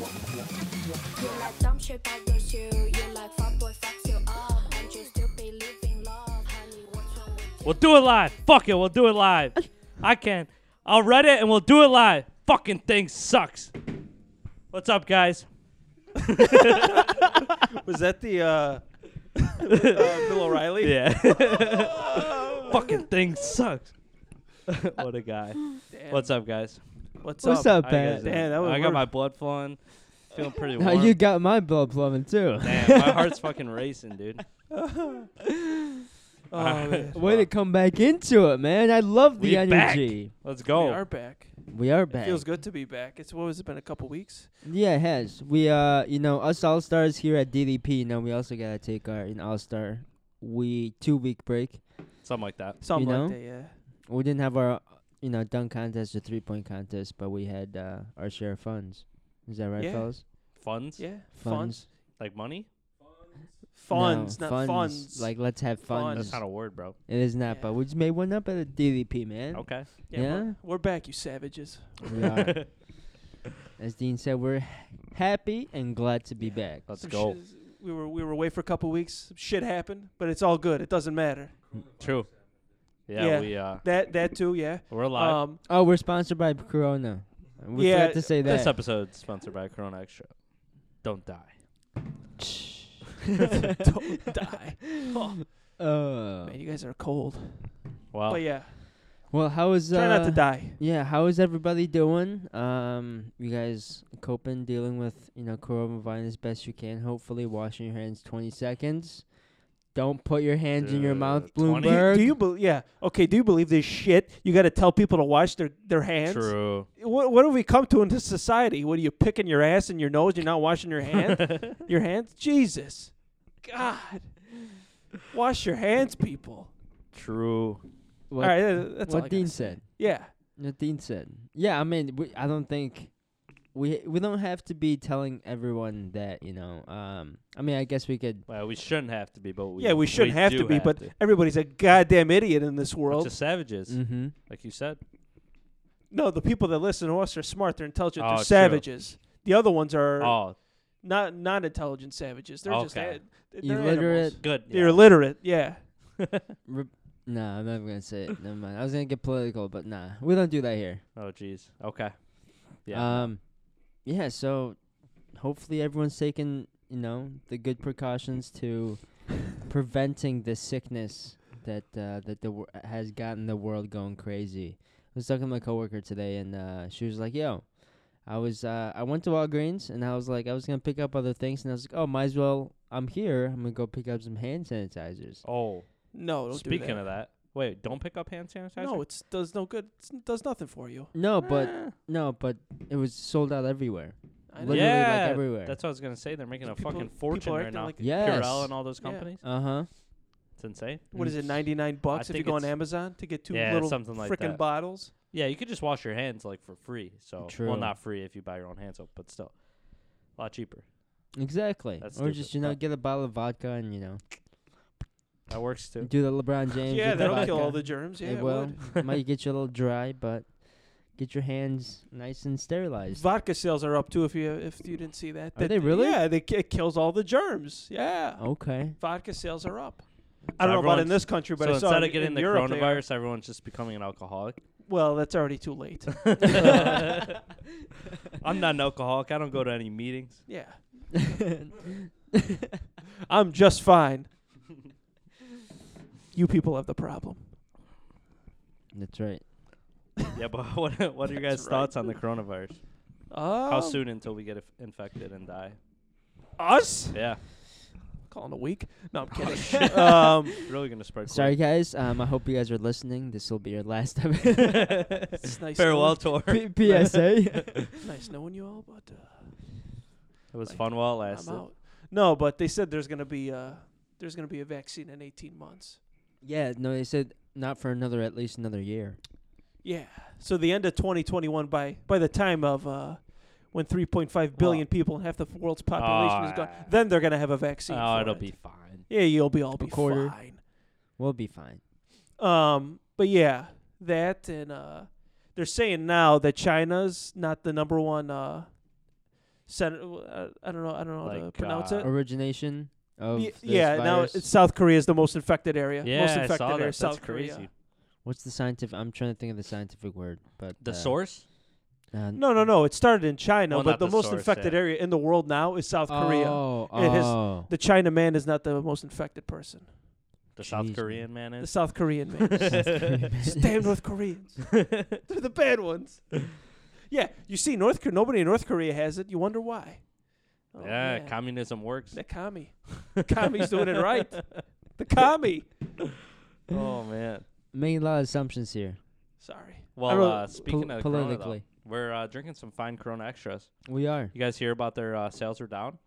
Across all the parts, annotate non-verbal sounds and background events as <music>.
You like dumb shit bothers you. You like fuck boy fucks you up. And you still believe in love. Honey, what's wrong with We'll do it live. Fuck it, we'll do it live. I can. I'll read it and we'll do it live. Fucking thing sucks. What's up, guys? Was that the <laughs> uh, uh, Bill O'Reilly? Yeah. <laughs> <laughs> <laughs> Fucking thing sucks. <laughs> what a guy. What's up, guys? What's, What's up? up, How you guys Pat? doing? Damn, that was I got work. my blood flowing. Feeling pretty Now warm. you got my blood plumbing too. Damn, my heart's fucking racing, <laughs> dude. Oh, man. <laughs> Way to come back into it, man. I love the We back. energy. Let's we go. are back. We are It back. feels good to be back. It's what has it been a couple weeks? Yeah, it has. We uh, you know, us all stars here at DDP. Now we also gotta take our an all star we two week break. Something like that. Something know? like that, yeah. We didn't have our you know dunk contest or three point contest, but we had uh, our share of funds. Is that right, Yeah. fellas? Funds? Yeah. Funds. Like money? Funds, No, not funds. Like let's have Funds. funds. That's not a word, bro. it is not, Yeah. but we just made one up at a DDP, man. Okay. yeah. yeah. We're, we're back, you savages. <laughs> We are. As Dean said, we're happy and glad to be back. Let's Some go. shit- we were we were away for a couple weeks. Shit happened, but it's all good. It doesn't matter. True. Yeah, Yeah. we uh That that too, <laughs> yeah. we're alive. Um, <laughs> Oh, we're sponsored by Corona. We Yeah, forgot to say This that. episode is sponsored by Corona Extra. Don't die. don't <laughs> die. Oh, Uh, man, you guys are cold. Well, But yeah, well, how is Oh. uh, try not to die. yeah? How is everybody doing? Um, you guys coping, dealing with you know coronavirus as best you can. Hopefully, washing your hands twenty seconds. Don't put your hands in your mouth, Dude, 20? Uh, Do you, Bloomberg. do you bel yeah. Okay, do you believe this shit? You got to tell people to wash their, their hands? true. What, what have we come to in this society? What are you picking your ass and your nose? You're not washing <laughs> your hand? <laughs> your hands? Jesus. God. Wash your hands, people. True. all what right, uh, that's all I gotta what Dean say. said. Yeah. What Dean said. Yeah, I mean, we, I don't think we we don't have to be telling everyone that you know. Um, I mean, I guess we could. Well, we shouldn't have to be, but we yeah, we shouldn't have to do be, have but to. everybody's a goddamn idiot in this Bunch world. Mm. of savages, Mm-hmm. like you said. No, the people that listen to us are smart. They're intelligent. Oh, they're true. savages. The other ones are Oh, not not intelligent savages. They're just Okay. a- they're Illiterate. animals. good. They're illiterate. Yeah. No, I'm not gonna say it. Never mind. I was gonna get political, but nah, we don't do that here. Oh, jeez. Okay. Uh, Yeah. Yeah. Um, yeah. So hopefully everyone's taking you know the good precautions to preventing the sickness that uh, that the wor- has gotten the world going crazy. I was talking to my coworker today, and uh, she was like, "Yo." I was uh, I went to Walgreens and I was like I was gonna pick up other things and I was like oh might as well I'm here I'm gonna go pick up some hand sanitizers oh, No, don't speaking do that. of that, wait, don't pick up hand sanitizer. No, it does no good. It does nothing for you. Eh, no but no but it was sold out everywhere I know. literally Yeah, like everywhere That's what I was gonna say. They're making a People- fucking people fortune are right acting now. like- Yes. Purell and all those Yeah. companies. Uh huh. It's insane. What is it? Ninety nine bucks if you think go on it's- Amazon to get two Yeah, little something like frickin' that. bottles. Yeah, you could just wash your hands like for free. So, True. well, not free if you buy your own hand soap, but still, a lot cheaper. Exactly. That's or just stupid, you know but- get a bottle of vodka and you know That works too. do the <laughs> LeBron James. Yeah, with the that'll kill all the vodka. germs. Yeah, it will. <laughs> Might get you a little dry, but get your hands nice and sterilized. Vodka sales are up too. If you if you didn't see that, Are That- they really? Oh. Yeah, they, it kills all the germs. Yeah, <laughs> okay. vodka sales are up. I don't know about in everyone's- this country, but so I saw instead in- of getting in the Europe they are. coronavirus, everyone's just becoming an <laughs> alcoholic. <laughs> Well, that's already too late. <laughs> I'm not an alcoholic. I don't go to any meetings. yeah, I'm <laughs> just fine. you people have the problem. That's right. Yeah, but <laughs> what are- what are your That's guys' right. thoughts on the coronavirus? Oh, How soon until we get inf- infected and die? Us? Yeah, Calling a week? No, I'm <laughs> kidding. um, really gonna <laughs> spread. Sorry guys. Um, I hope you guys are listening. This will be your last <laughs> episode. it's nice. Farewell knowing- <laughs> tour. <laughs> P- PSA. <laughs> nice knowing you all, but uh, It was Like, fun while it I'm lasted. Oh, out. No, but they said there's gonna be uh there's gonna be a vaccine in 18 months. <laughs> yeah. No, they said not for another at least another year. Yeah. So the end of 2021 by by the time of uh when 3.5 billion people and half the world's population is gone, Ah. then they're gonna have a vaccine. Oh, for it'll it. be fine. Yeah, you'll be all be quarter. fine. We'll be fine. Um, but yeah, that and uh, they're saying now that China's not the number one uh Sen- uh, I don't know. I don't know how to Like, pronounce uh, it. Origination of Y- this yeah, now virus. it's South Korea is the most infected area. Yeah, most infected I saw area that. is South That's crazy. Korea. What's the scientific? I'm trying to think of the scientific word, but The uh, source? uh, No, no, no. It started in China, Well, but not the, the most source, infected yeah. area in the world now is South Korea. Oh, It has- oh. The China man is not the most infected person. The Jeez, South man. Korean man <laughs> The is? South <laughs> Korean man. <laughs> <laughs> It's damn North Koreans. <laughs> They're the bad ones. Yeah, you see, North Korea. Nobody in North Korea has it. You wonder why. Oh, yeah, man. communism works. the commie. Commies doing it right. <laughs> The commie. oh, man. Making a lot of assumptions here. Sorry. Well, wrote- uh, speaking Pol- of Corona, though, politically, we're uh, drinking some fine Corona extras. we are, You guys hear about their uh, sales are down?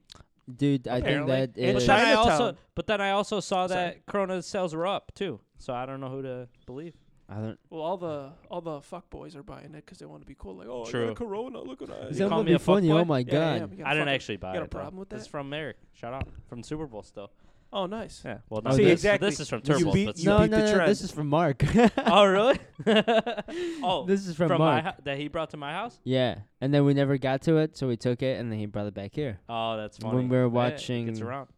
dude. Apparently. I think that And But is. then I Chinatown. also, but then I also saw Sorry. that Corona sales were up too. So I don't know who to believe. I don't. Well, all the all the fuck boys are buying it because they want to be cool. Like, oh, I got True. a Corona. Look at us. You That call would me be a funny. fuckboy? Oh my Yeah, yeah, god. we got I didn't fucking- actually buy you got it. a problem though. with This is that? from Merrick. Shout out from Super Bowl still. Oh, nice. Yeah. Well, Oh, not See, this. exactly. This is from You Turbo. beat- but you still. no, beat no, the no, trend. This is from Mark. <laughs> <laughs> oh <laughs> really? oh, this is from, from my Mark. hou- that he brought to my house. yeah, and then we never got to it, so we took it, and then he brought it back here. Oh, that's funny. When we were Yeah, it gets watching around.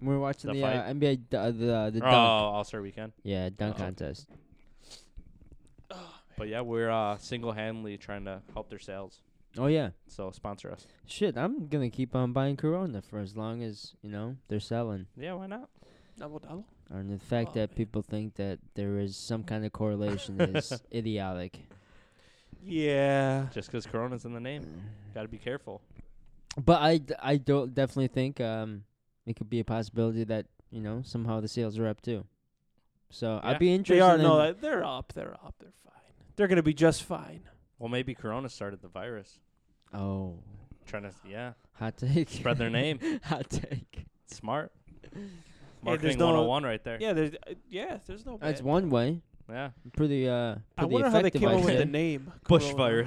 We We're watching The the, fight? uh, NBA d- uh, the uh, the Oh, dunk. All Star Weekend. Yeah, dunk Oh. contest. But yeah, we're uh, single-handedly trying to help their sales. Oh yeah. So sponsor us. Shit, I'm gonna keep on buying Corona for as long as you know they're selling, Yeah, why not? Double double. and the fact Oh, that man. people think that there is some kind of <laughs> correlation is idiotic. Yeah. Just 'cause Corona's in the name, gotta be careful. But I, d- I don't definitely think um it could be a possibility that you know somehow the sales are up too. So Yeah. I'd be interested. They are in, no, uh, they're up. They're up. They're fine. They're gonna be just fine. Well, maybe Corona started the virus. oh, Trying to, yeah, hot take. spread their name. <laughs> hot take. Smart. Yeah, there's Marketing no- 101 right there. Yeah. Yeah, there's uh, yeah. There's no. That's bad- one way. yeah. Pretty uh. I Pretty wonder how they effective, came I'd up with say. the name. Corona.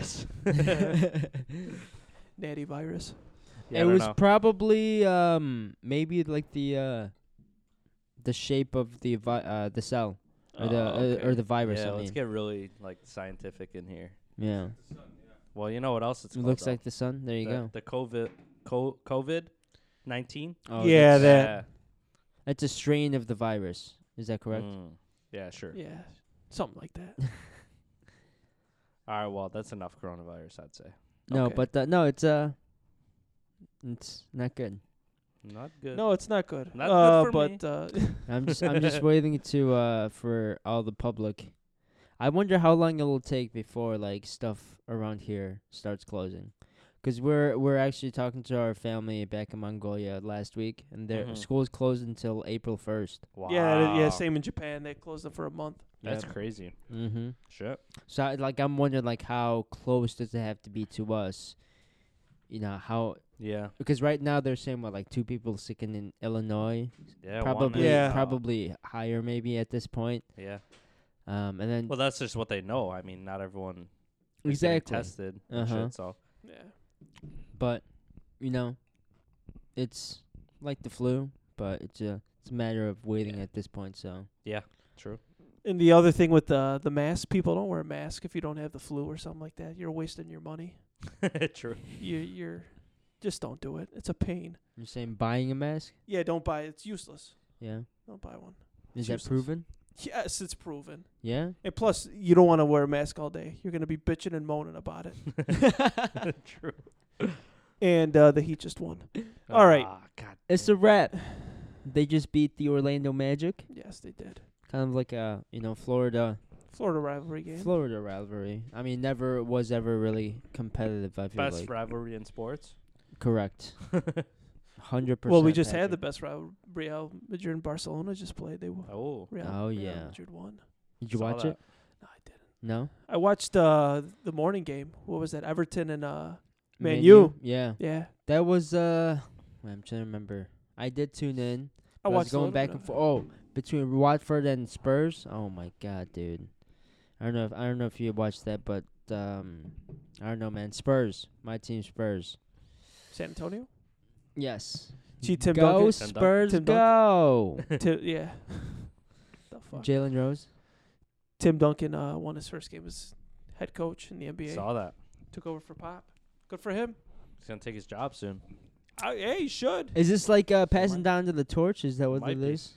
<laughs> <laughs> Natty virus. Yeah, I it don't was know. probably um maybe like the uh the shape of the vi- uh the cell or the Oh, okay. uh, or the virus. yeah, I let's mean, get really like scientific in here. yeah, Well, you know what else it's it called, looks though? like the sun. There you the, go. The COVID, co- COVID, nineteen. Oh, Yeah, that's, that- that's a strain of the virus. Is that correct? Mm. Yeah, sure. yeah, something like that. All right. Well, that's enough coronavirus, I'd say. No, Okay. but uh, no, it's uh, it's not good. Not good. no, it's not good. Not good uh, for but me. uh, I'm just <laughs> I'm just waiting to uh for all the public. I wonder how long it'll take before like stuff around here starts closing. Cause we're we're actually talking to our family back in Mongolia last week, and their Mhm. school's closed until April first. Wow. yeah, it- yeah. Same in Japan. They closed it for a month. That's crazy. Mm-hmm. Shit. So I, like I'm wondering like how close does it have to be to us? You know how Yeah. because right now they're saying what like two people sick in, in Illinois, Yeah. one probably is, Yeah. uh, probably higher maybe at this point. Yeah. Um, and then Well, that's just what they know. I mean, not everyone is getting exactly tested. and Uh-huh. Shit, so <laughs> Yeah. but you know, it's like the flu, but it's a it's a matter of waiting at this point. So true. And the other thing with the the mask, people don't wear a mask if you don't have the flu or something like that. You're wasting your money. <laughs> true. <laughs> You you're just don't do it. It's a pain. you're saying buying a mask? Yeah, don't buy it. It's useless. Yeah, Don't buy one. is Useless. that proven? Yes, it's proven. Yeah, And plus, you don't want to wear a mask all day. You're gonna be bitching and moaning about it. true. And uh, the Heat just won. All right. Ah, God. it's a wrap. They just beat the Orlando Magic, Yes, they did. kind of like a you know Florida Florida rivalry game. Florida rivalry. I mean, never was ever really competitive. I feel Best like rivalry in sports. <laughs> correct, hundred percent. well, we just had the best rival. Real Madrid and Barcelona just played. They won. Oh. Real, Oh, Real yeah. Madrid won. Did you saw watch that. it? No, I didn't. No. I watched uh, the morning game. What was that? Everton and uh, Man Menu? U. Yeah, yeah. that was uh. I'm trying to remember. I did tune in. I I was watched a going little back bit and of forth. Oh, between Watford and Spurs. Oh my God, dude. I don't know. If, I don't know if you watched that, but um, I don't know, man. Spurs, my team, Spurs. it. <laughs> San Antonio. Yes. See Tim go Duncan. Tim Duncan. Spurs, Tim Duncan. go. <laughs> Tim, yeah. <laughs> the fuck. Jalen Rose. Tim Duncan uh, won his first game as head coach in the NBA. Saw that. Took over for Pop. Good for him. He's gonna take his job soon. I, yeah, you should. Is this like uh, passing might- down to the torch? Is that what Might it be. is?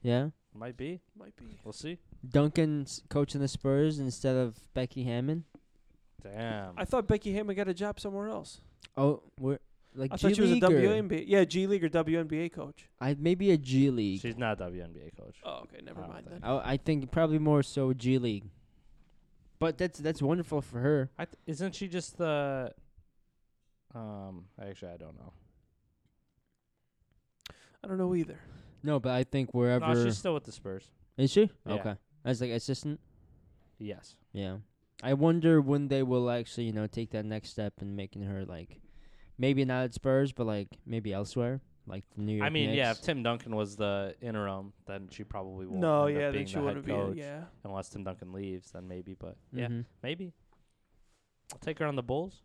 Yeah. Might be. Might be. We'll see. Duncan's coaching the Spurs instead of Becky Hammond. Damn. I thought Becky Hammond got a job somewhere else. Oh, we're like I G thought she was a League or- WNBA. Yeah, G League or WNBA coach. I maybe a G League. She's not a WNBA coach. Oh, okay, never I don't mind think. then. I, I think probably more so G League. But that's that's wonderful for her. I th- isn't she just the? Um. Actually, I don't know. I don't know either. No, but I think wherever No, she's still with the Spurs. is she Yeah. okay as like assistant. Yes. Yeah, I wonder when they will actually you know take that next step in making her like maybe not at Spurs, but like maybe elsewhere, like the New York. I mean, yeah. If Knicks. Tim Duncan was the interim, then she probably won't. No, end up yeah, being then she the head wouldn't be. coach. Yeah, <laughs> Unless Tim Duncan leaves, then maybe. But yeah, Mhm. <laughs> maybe. I'll take her on the Bulls.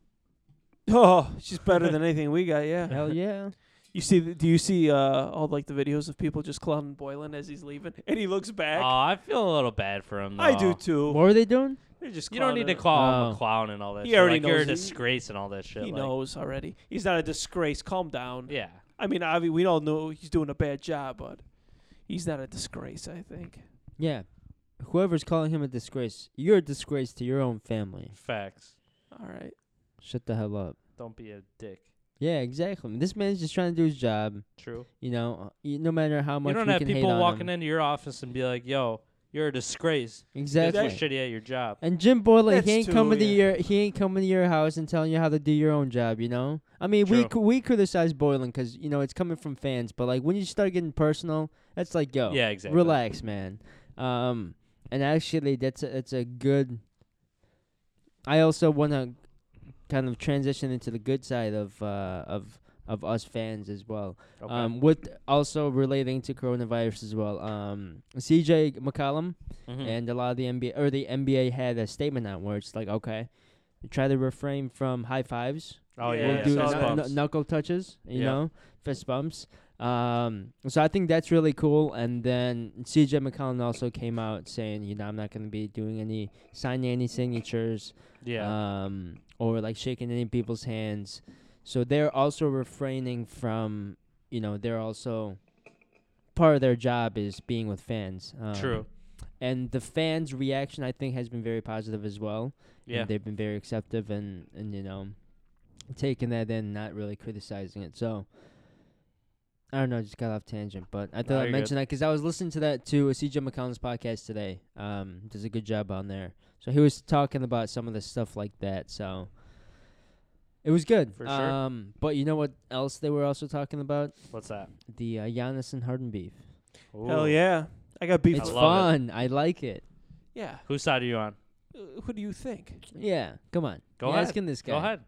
Oh, she's better than anything we got. <laughs> Yeah. Hell yeah! You see? th- Do you see uh, all like the videos of people just clowning Boylan as he's leaving, <laughs> and he looks back? Oh, I feel a little bad for him. I do though. too. what were they doing? They're just You don't need to clowning call him a him. Oh. clown and all that. He shit. already like, You're a knows. He- disgrace and all that shit. He like, knows already. He's not a disgrace. Calm down. Yeah. I mean, I mean, we all know he's doing a bad job, but he's not a disgrace. I think. Yeah, whoever's calling him a disgrace, you're a disgrace to your own family. Facts. All right. Shut the hell up. Don't be a dick. Yeah, exactly. This man's just trying to do his job. True. You know, uh, y- no matter how much you don't we have can hate people on walking him. into your office and be like, "Yo, you're a disgrace. You're Exactly. shitty at your job." And Jim Boylan, That's he ain't too, coming to yeah. your he ain't coming to your house and telling you how to do your own job. You know, I mean, we True. c- we criticize Boylan because you know it's coming from fans, but like when you start getting personal, that's like yo, yeah, exactly. relax, man. Um, and actually, that's a, it's a good. I also want to kind of transition into the good side of uh of of us fans as well. Okay. Um, with also relating to coronavirus as well. Um, CJ McCollum Mhm. and a lot of the NBA or the NBA had a statement out where it's like, okay, try to refrain from high fives, oh Yeah, yeah, we'll yeah, do fist kn- bumps. kn- knuckle touches, you Yeah. know, fist bumps. Um, so I think that's really cool. And then CJ McCollum also came out saying, you know, I'm not going to be doing any signing any signatures, yeah. um, or like shaking any people's hands. So they're also refraining from, you know, they're also part of their job is being with fans. Um, True. and the fans' reaction, I think, has been very positive as well. and Yeah. they've been very acceptive and and you know, taking that in, not really criticizing it. So I don't know, just got off tangent, but I thought No, I'd you're mention that 'cause I was listening to that to a CJ McCollum's podcast today. Um, does a good job on there. So he was talking about some of the stuff like that. So. It was good. For sure. Um, but you know what else they were also talking about? What's that? The uh, Giannis and Harden beef. Ooh. Hell yeah! I got beef. It's with- love it. fun. I like it. yeah. Whose side are you on? Uh, Who do you think? Yeah, come on. Go You're ahead. Asking this guy. Go ahead.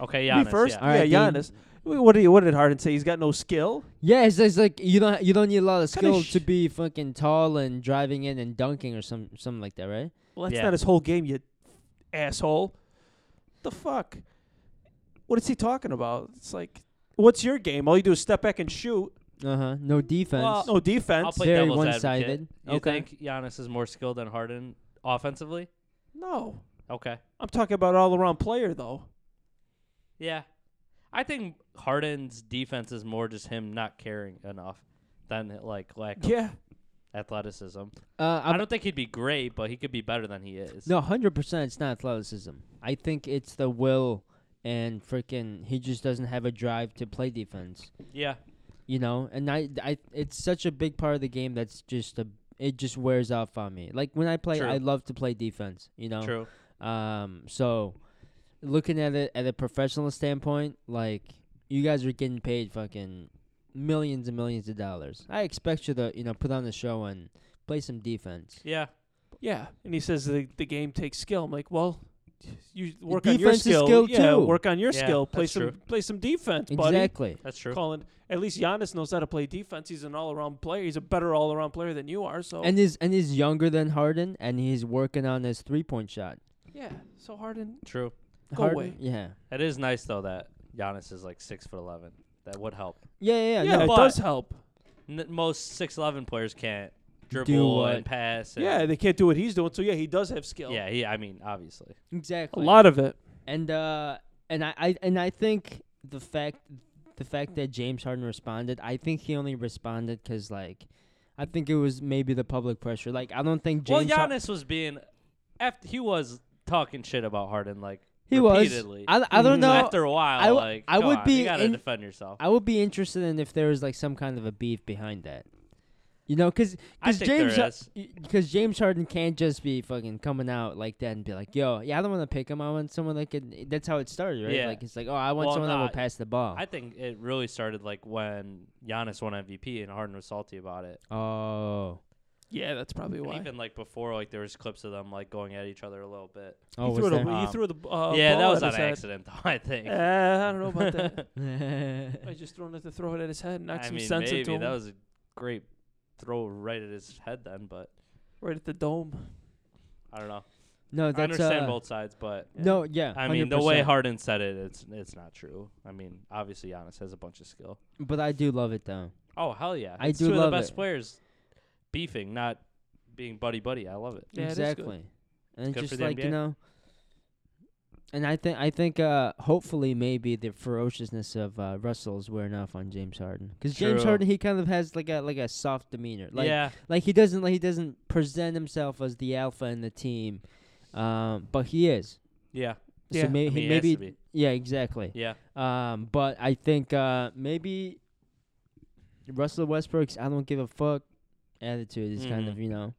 Okay, Me Giannis. first. yeah. All right, yeah, then- Giannis. Wait, What did what did Harden say? He's got no skill. Yeah, it's, it's like you don't you don't need a lot of Kinda skill sh- to be fucking tall and driving in and dunking or some something like that, right? Well, that's Yeah. not his whole game, you asshole. The fuck? What is he talking about? It's like, what's your game? All you do is step back and shoot. Uh huh. No defense. Well, No I'll defense. play Very devil's one-sided. advocate. You Okay. think Giannis is more skilled than Harden offensively? No. Okay. I'm talking about all around player, though. Yeah. I think Harden's defense is more just him not caring enough than like lack of Yeah. athleticism. uh, I I'm, don't think he'd be great, but he could be better than he is. no, hundred percent. It's not athleticism. I think it's the will and freaking he just doesn't have a drive to play defense. Yeah. You know, and I I it's such a big part of the game that's just a it just wears off on me. Like when I play, True. I love to play defense. You know, True. Um, so looking at it at a professional standpoint, like you guys are getting paid fucking millions and millions of dollars. I expect you to, you know, put on the show and play some defense. Yeah. Yeah. And he says the, the game takes skill. I'm like, well, you work on your defense is skill. skill, yeah, too. work on your Yeah, skill. Play that's some true. play some defense, buddy. Exactly. That's true. Colin, at least Giannis knows how to play defense. He's an all-around player. He's a better all-around player than you are. So And is and he's younger than Harden and he's working on his three point shot. yeah, so Harden. True. Go Harden, away. Yeah. It is nice though that Giannis is like six foot eleven. That would help. Yeah, yeah, yeah. Yeah, no. it but- does help. N- most six eleven players can't dribble what? and pass. And Yeah, they can't do what he's doing. So yeah, he does have skill. Yeah. He. I mean, obviously. Exactly. a lot of it. and uh and I, I and I think the fact the fact that James Harden responded, I think he only responded because like, I think it was maybe the public pressure. Like I don't think well, James. Har- Giannis was being, after he was talking shit about Harden like he was. repeatedly. I, I don't Mhm. know. After a while, I w- like I come would on, be You gotta in- defend yourself. I would be interested in if there was like some kind of a beef behind that. You know, because I think James there is. because James Harden can't just be fucking coming out like that and be like, "Yo, yeah, I don't want to pick him. I want someone that can." That's how it started, right? Yeah. Like it's like, "Oh, I want Well, someone that no, will I- pass the ball." I think it really started like when Giannis won MVP and Harden was salty about it. oh, Yeah, that's probably And why. Even like before, like there was clips of them like going at each other a little bit. oh, he, was threw it that? a- he Wow. threw the b- uh, Um, yeah, that ball was at on his head. accident, <laughs> though. I think. Uh, I don't know about <laughs> that. I that just thrown it to throw it at his head, knock I some mean, sense maybe into him, that was a great throw right at his head then, but right at the dome. I don't know. no, I that's understand uh, both sides, but No, yeah, I mean the way 100%. Harden said it, it's it's not true. I mean, obviously Giannis has a bunch of skill. but I do love it though. Oh hell yeah! I It's do two love of the best it. players beefing, not being buddy buddy. I love it. Yeah, it is good. exactly. And Good for just the like you NBA. know, and I think I think uh, hopefully maybe the ferociousness of uh, Russell's wearing off on James Harden because James True. Harden he kind of has like a like a soft demeanor, like yeah, like he doesn't like he doesn't present himself as the alpha in the team, um, but he is. yeah, Yeah. So may- I mean, he- he has maybe to be. yeah, exactly. yeah. Um, but I think uh, maybe Russell Westbrook's "I don't give a fuck" attitude is kind Mhm. of you know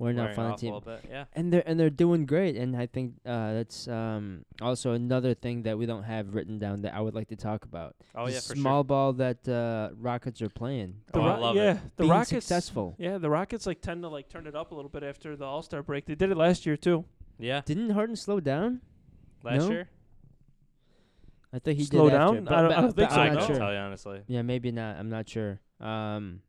we're Wearing not fun off a team, little bit, Yeah, and they're and they're doing great. And I think uh, that's um, also another thing that we don't have written down that I would like to talk about. oh the yeah, for small ball that uh, Rockets are playing, Oh, I love it. yeah, the being Rockets. successful. Yeah, the Rockets like tend to like turn it up a little bit after the All Star break. They did it last year sure. too. Yeah, Didn't Harden slow down? last No? year. I thought he Slow did after, down? <laughs> but- I don't- I but- don't think but so, I I'm no. not can't sure. tell you honestly. Yeah, maybe not. I'm not sure. Um,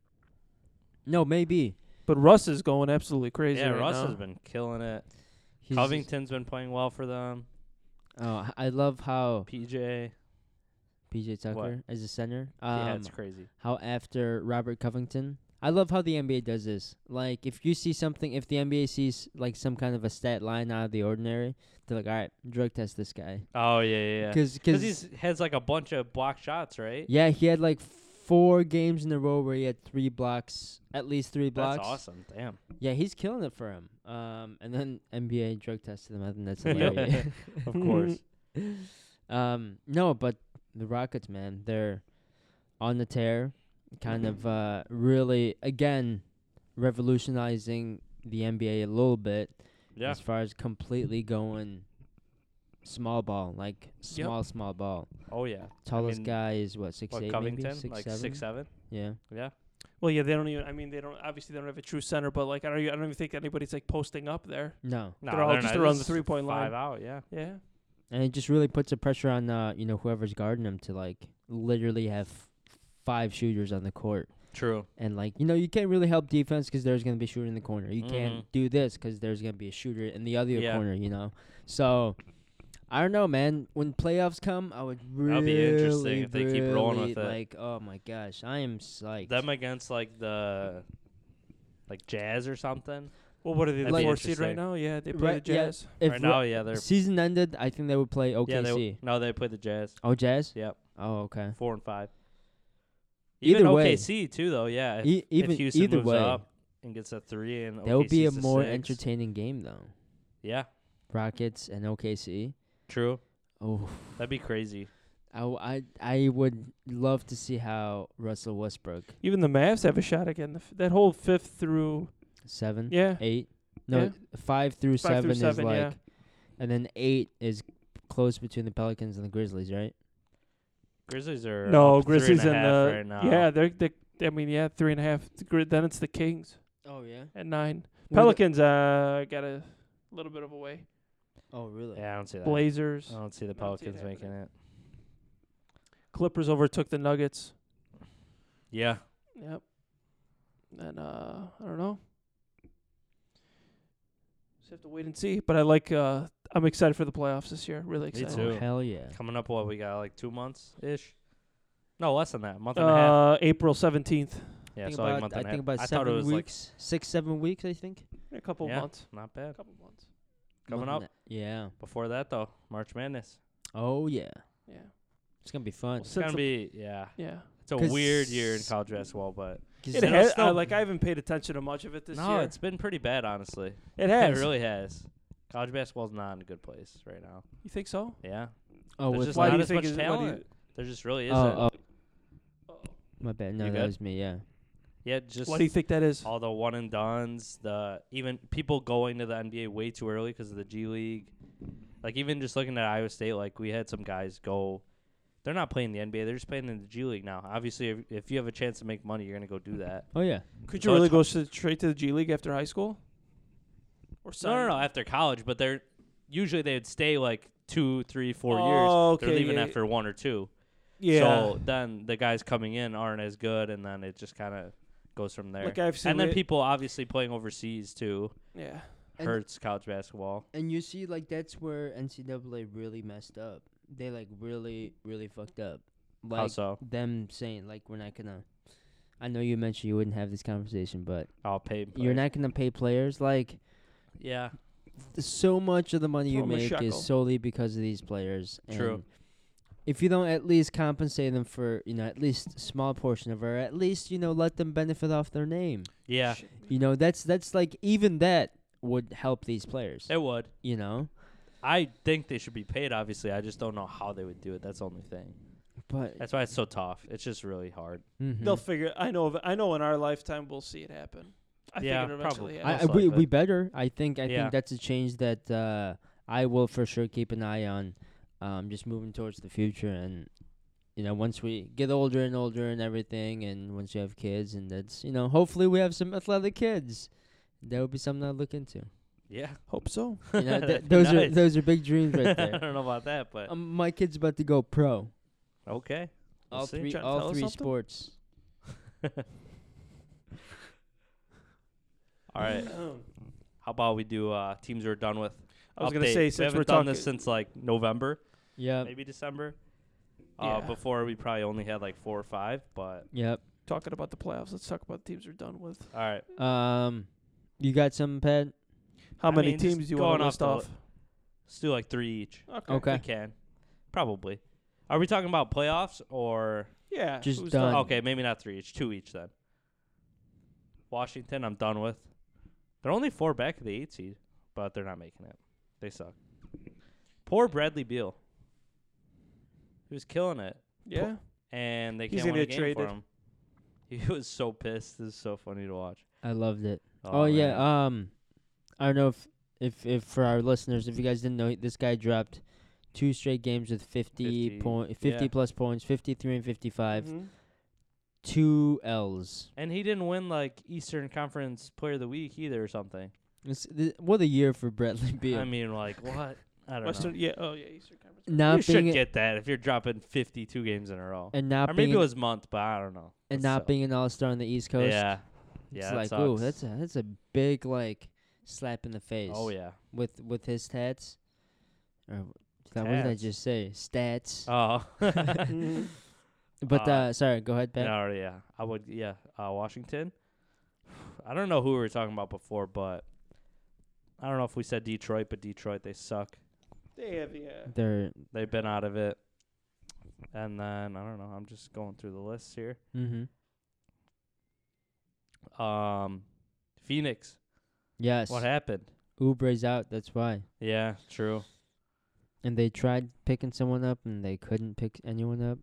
no, maybe But Russ is going absolutely crazy. Yeah, right Russ now. has been killing it. He's- Covington's been playing well for them. Oh, I love how PJ, PJ Tucker as a center. yeah, Um, it's crazy. how after Robert Covington. I love how the NBA does this. Like, if you see something, if the NBA sees like some kind of a stat line out of the ordinary, they're like, "All right, drug test this guy," Oh yeah, yeah, yeah. because Because he has like a bunch of block shots, right? yeah, he had like four games in a row where he had three blocks, at least three blocks. That's awesome. Damn. Yeah, he's killing it for him. Um, and then NBA drug tested him. I <laughs> think that's hilarious. Of course. <laughs> um, no, but the Rockets, man, they're on the tear, kind Mm-hmm. of uh, really again revolutionizing the NBA a little bit yeah. as far as completely going small ball, like Yep. small small ball. Oh yeah. Tallest mean, guy is what six What eight Covington? maybe six like seven. six seven? yeah, Yeah. Well, yeah, they don't even. I mean, they don't. Obviously, they don't have a true center. But like, I don't. I don't even think anybody's like posting up there. no, No, They're all just not. around This the is three-point line. Five out. Yeah. Yeah. and it just really puts a pressure on uh, you know whoever's guarding him to like literally have five shooters on the court. True. And like you know, you can't really help defense 'cause there's gonna be a shooter in the corner. You Mhm. can't do this 'cause there's gonna be a shooter in the other Yeah. corner. You know, so I don't know, man. When playoffs come, I would really, That'll be interesting if they keep rolling really, with it. Like, oh my gosh, I am psyched. Them against like the like Jazz or something. Well, what are they? That'd The be four seed right interesting. now. Yeah, they play Right, the yeah. Jazz. if right Ro- now, yeah, they're season ended, I think they would play OKC. yeah, they w- no, they play the Jazz. oh, Jazz. Yep. Oh, okay. Four and five. Either even way. OKC too though, yeah. If, E- even if Houston either moves way, up and gets a three and that would be a OKC's to more six. entertaining game though. Yeah, Rockets and OKC. true. Oh, That'd be crazy. I, w- I, I would love to see how Russell Westbrook Even the Mavs have a shot again. The f- that whole fifth through. seven. Mm-hmm. Yeah. eight. No, Yeah. five through Five seven through is seven, like, yeah. and then eight is close between the Pelicans and the Grizzlies, right? Grizzlies are No, up three and a Grizzlies and, half the. right now. Yeah, they're. They, I mean, yeah, three and a half. The Gri- Then it's the Kings Oh yeah. at nine. Pelicans uh got a little bit of a way. oh really? Yeah, I don't see that. Blazers. I don't see the I don't see it Pelicans making it. Clippers overtook the Nuggets. Yeah. Yep. And uh I don't know. Just have to wait and see. But I like uh I'm excited for the playoffs this year. Really Me excited. too. Oh, Hell yeah. Coming up, what we got like two months ish? No, less than that. A month and a half. Uh April seventeenth. Yeah, think so about, like a month I and a think half. about I thought seven it was weeks, six, seven weeks. I think. A couple Yeah. months. like not bad. A couple months. Coming Month up and a- Yeah. before that though, March Madness. Oh yeah. Yeah. Uh, It's gonna be fun. It's Since gonna the- be yeah. Yeah. It's a 'Cause- weird year in college basketball, but 'Cause It It'll has, still- uh, like I haven't paid attention to much of it this no, year. it's been pretty bad honestly. it has. It really has. College basketball's not in a good place right now. You think so? Yeah, oh, there's with just Why do like- not you as think much is- why do talent. you- There just really isn't. oh, oh, my bad. No, You that good? was me. Yeah. yeah, just Why do you think that is? all the one and done's, the even people going to the NBA way too early because of the G League. Like even just looking at Iowa State, like we had some guys go. They're not playing the NBA. They're just playing in the G League now. Obviously, if, if you have a chance to make money, you're gonna go do that. Oh yeah. Could so you really it's- go s- straight to the G League after high school? Or No, no, no. sign- After college, but they're usually they'd stay like two, three, four Oh, years. okay, they're leaving yeah, after one or two. Yeah. So then the guys coming in aren't as good, and then it just kind of goes from there. like I've seen. and then it- people obviously playing overseas too Yeah. And- hurts college basketball. And you see, like that's where NCAA really messed up. They like really, really fucked up. Like How so? them saying like we're not gonna. I know you mentioned you wouldn't have this conversation, but I'll pay. you're not gonna pay players. Like Yeah, th- so much of the money you Throw 'em a make shekel. is solely because of these players. True. and If you don't at least compensate them for you know at least small portion of it, or at least you know let them benefit off their name. yeah. Shit. You know that's that's like even that would help these players. It would. You know, I think they should be paid. Obviously, I just don't know how they would do it. That's the only thing. but That's why it's so tough. It's just really hard. mhm. They'll figure. I know. of- I know. In our lifetime, we'll see it happen. I Yeah, think it eventually probably. happens. I, I most we, likely. we better. I think I Yeah. think that's a change that uh, I will for sure keep an eye on. Um, just moving towards the future, and you know, once we get older and older and everything, and once you have kids, and that's you know, hopefully we have some athletic kids. That would be something I'd look into. Yeah, Hope so. <laughs> You know, th- That'd be those are nice. those are big dreams <laughs> I <laughs> right there. don't know about that, but um, my kid's about to go pro. okay. We'll all see. three, Tryna tell all us three something? sports. All <clears throat> right. How about we do uh, teams we're done with? Um, I was gonna Update. say we since haven't we're done talking this since like November, Yep. maybe December. Uh, Yeah. Before we probably only had like four or five, but Yep. talking about the playoffs, let's talk about the teams we're done with. all right. Um, you got something, Pat? How I many mean, just teams do you going want to off list the off? Let's do like three each. Okay. We can, probably. Are we talking about playoffs or Yeah. Just who's done. okay? Maybe not three each, two each then. Washington, I'm done with. They're only four back of the eight seed, but they're not making it. They suck. Poor Bradley Beal. He was killing it, Yeah. and they He's can't win gonna a get game for traded. him. <laughs> He was so pissed. This is so funny to watch. I loved it. Oh, yeah. man. Um, I don't know if, if if for our listeners, if you guys didn't know, this guy dropped two straight games with 50, 50, point, 50 yeah. Mm-hmm. plus points, 53 and 55, Mhm. two L's. and he didn't win like Eastern Conference Player of the Week either, or something. It's th- what a year for <laughs> Bradley Beal. I mean, like what? I don't know. Western. Yeah. Oh yeah. Eastern Conference. not you should being a- get that if you're dropping 52 games in a row. and not or maybe being it an- was month, but I don't know. and That not sucks. being an all star on the East Coast. Yeah. it's Yeah. that like ooh, sucks. that's a that's a big like slap in the face. Oh, yeah. with with his stats. Or w- that, what did I Stats. just say? Stats. <laughs> Oh. <laughs> Mhm. but uh, uh, sorry, go ahead, Ben. no, yeah. I would, yeah. Uh, Washington. I don't know who we were talking about before, but I don't know if we said Detroit, but Detroit, they suck. They have yeah. They're They've been out of it. And then, I don't know. I'm just going through the list here. mm-hmm. Um, Phoenix. Yes. What happened? Ubre's out. That's why. Yeah, true. And they tried picking someone up, and they couldn't pick anyone up.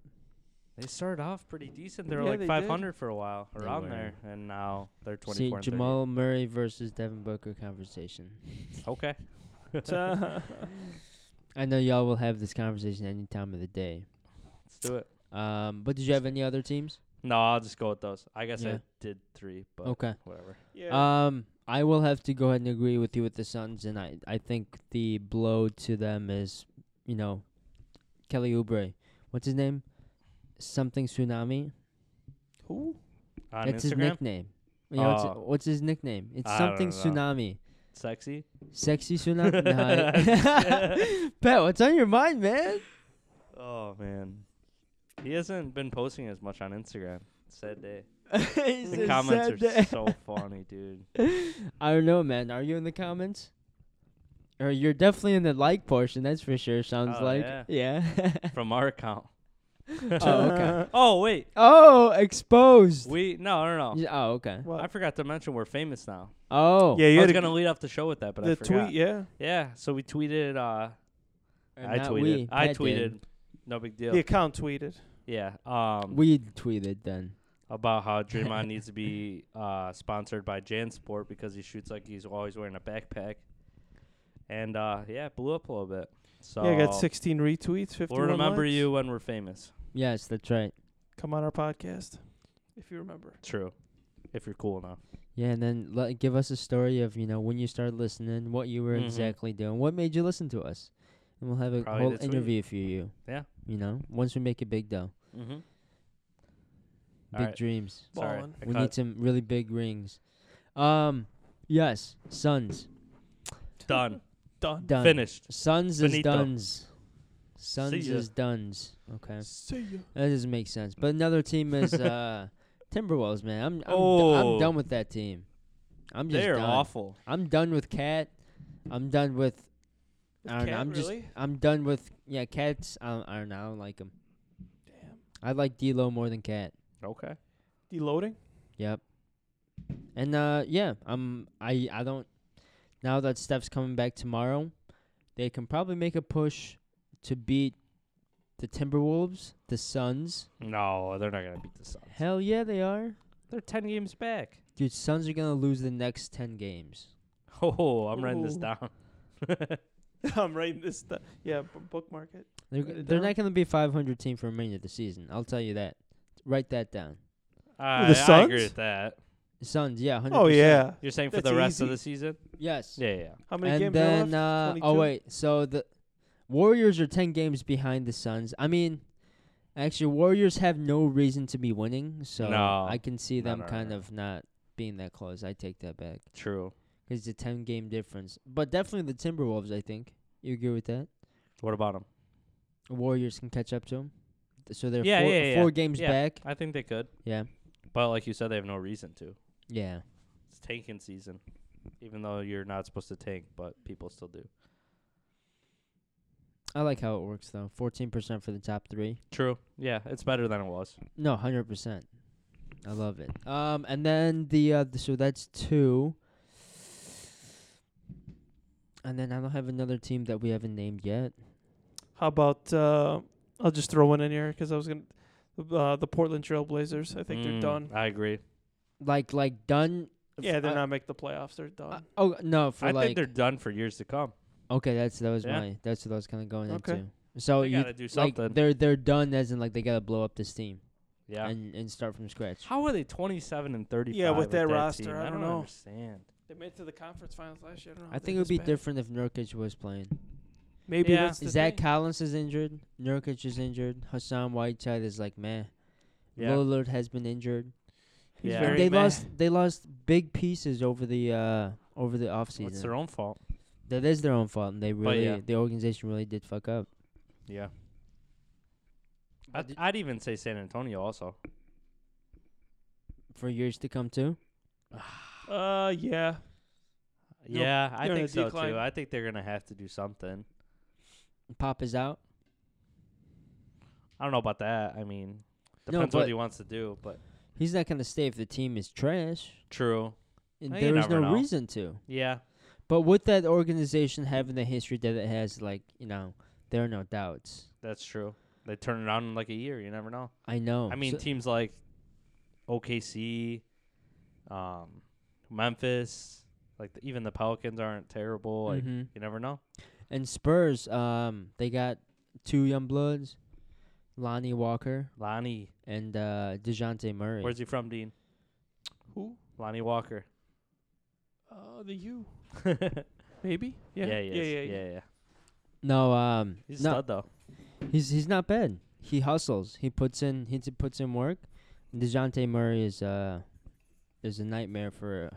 They started off pretty decent. They were Yeah, like they did. 500 for a while They around were. there, and now they're 24 See and 30. Jamal Murray versus Devin Booker conversation. Okay. <laughs> <laughs> Ta- I know y'all will have this conversation any time of the day. Let's do it. Um, but did you have any other teams? No, I'll just go with those. I guess Yeah. I did three, but Okay. whatever. yeah. Um, I will have to go ahead and agree with you with the Suns, and I I think the blow to them is, you know, Kelly Oubre. What's his name? Something tsunami. Who? On That's his Instagram, nickname. You know, what's, Oh. what's his nickname? It's I something don't know. tsunami. sexy. Sexy <laughs> tsunami. No, <laughs> Pat, what's on your mind, man? Oh man, he hasn't been posting as much on Instagram. Sad day. <laughs> The <laughs> comments are so funny, dude. I don't know, man. Are you in the comments? or you're definitely in the like portion. That's for sure. Sounds Oh, like yeah. yeah. <laughs> from our account. oh, uh, okay. Oh wait, Oh, exposed. we no no no. Yeah, Oh, okay. What? I forgot to mention we're famous now. Oh, yeah, you I had was a- gonna lead off the show with that, but I the forgot. tweet. Yeah, Yeah, so we tweeted. Uh, Or I not tweeted. we, I Pat tweeted. did. No big the deal. account tweeted. Yeah. Um, We tweeted then. about how Draymond needs to be uh, sponsored by JanSport because he shoots like he's always wearing a backpack. And uh, yeah, it blew up a little bit. So yeah, I got 16 retweets, 51 We'll remember likes. you when we're famous. Yes, that's right. Come on our podcast, if you remember. True, if you're cool enough. Yeah, and then le- give us a story of you know when you started listening, what you were Mhm. exactly doing, what made you listen to us, and we'll have a Probably whole the tweet. interview for you. Yeah. You know, once we make it big though, Mm-hmm. All big right. dreams. Sorry, Ballin'. I we cut. need some really big rings. Um, yes, Suns <laughs> done, Done. done. finished. Suns is Finito. duns. Suns ya. is duns. Okay, See ya. that doesn't make sense. But another <laughs> team is uh Timberwolves. Man, I'm I'm, d- Oh. I'm done with that team. I'm just They are done. awful. I'm done with Cat. I'm done with. I don't know. Cat, I'm just. really? I'm done with. Yeah, Cat's. I don't, I don't know. I don't like him. I like D'Lo more than Cat. Okay. Deloading. <laughs> Yep. And uh, yeah, I'm. I I don't. Now that Steph's coming back tomorrow, they can probably make a push to beat the Timberwolves, the Suns. No, they're not gonna beat the Suns. Hell yeah, they are. They're ten games back. Dude, Suns are gonna lose the next ten games. Oh, I'm writing this Ooh. down. <laughs> I'm writing this. Th- yeah, b- bookmark it. They're, Write g- it they're down. not gonna be five hundred team for the remainder of the season. I'll tell you that. Write that down. I, I Suns? agree with that. Suns, yeah, hundred. Oh yeah. You're saying for That's the rest of easy. the season? Yes. Yeah, yeah. yeah. How many And games then, are uh, left? oh 22? wait, so the Warriors are ten games behind the Suns. I mean, actually, Warriors have no reason to be winning, so No. I can see No, them no, no, kind no. of not being that close. I take that back True. because it's a ten game difference. But definitely the Timberwolves. I think you agree with that. What about them? The Warriors can catch up to them, so they're Yeah, four, yeah, yeah. four games Yeah. back. I think they could, Yeah, but like you said, they have no reason to. yeah. It's tanking season, even though you're not supposed to tank, but people still do. I like how it works though. Fourteen percent for the top three. True. Yeah, it's better than it was. No, hundred percent. I love it. Um, and then the uh, th- so that's two. And then I don't have another team that we haven't named yet. How about uh, I'll just throw one in here because I was gonna uh, the Portland Trailblazers. I think they're Mm, done. I agree. Like like done. Yeah, they're I- not make the playoffs. They're uh, done. oh no, for I like think they're done for years to come. okay. That's that was Yeah. my that's what I was kind of going Okay. into. they So Oh, you gotta do like something. they're they're done as in like they gotta blow up this team yeah. and and start from scratch. How are they 27 and 35? with with that roster, team? I I don't don't know. understand. They made it to the conference finals last year. I, don't know I how they think it would just be bad. different if Nurkic was playing. Maybe Yeah. that's the Zach thing. Collins is injured. Nurkic is injured. Hassan Whiteside is like man. Yeah. Lillard has been injured. He's Yeah. And very they meh. lost they lost big pieces over the uh over the off It's their season. own fault. That is their own fault and they really yeah. the organization really did fuck up. Yeah. I'd, I'd even say San Antonio also. For years to come too. Uh, yeah. Nope. Yeah, I They're in think a so decline. too. I think they're gonna have to do something. Pop is out. I don't know about that. I mean, No, depends what but- he wants to do, but He's not gonna stay if the team is trash. true. And Uh, you there is never no know. reason to. Yeah, But with that organization having the history that it has, like, you know, there are no doubts. that's true. They turn it on in like a year. You never know. I know. I mean, So- teams like OKC, um, Memphis, like the, even the Pelicans aren't terrible. Like Mhm. you never know. and Spurs, um, they got two young bloods, Lonnie Walker Lonnie, and uh DeJounte Murray. where's he from, Dean? Who? Lonnie Walker. <laughs> Uh, the U. yeah, Maybe. he Yeah. is. yeah, yeah, yeah. yeah. no, um He's no, a stud though. He's he's not bad. He hustles. He puts in he t- puts in work. Dejounte Murray is uh is a nightmare for uh,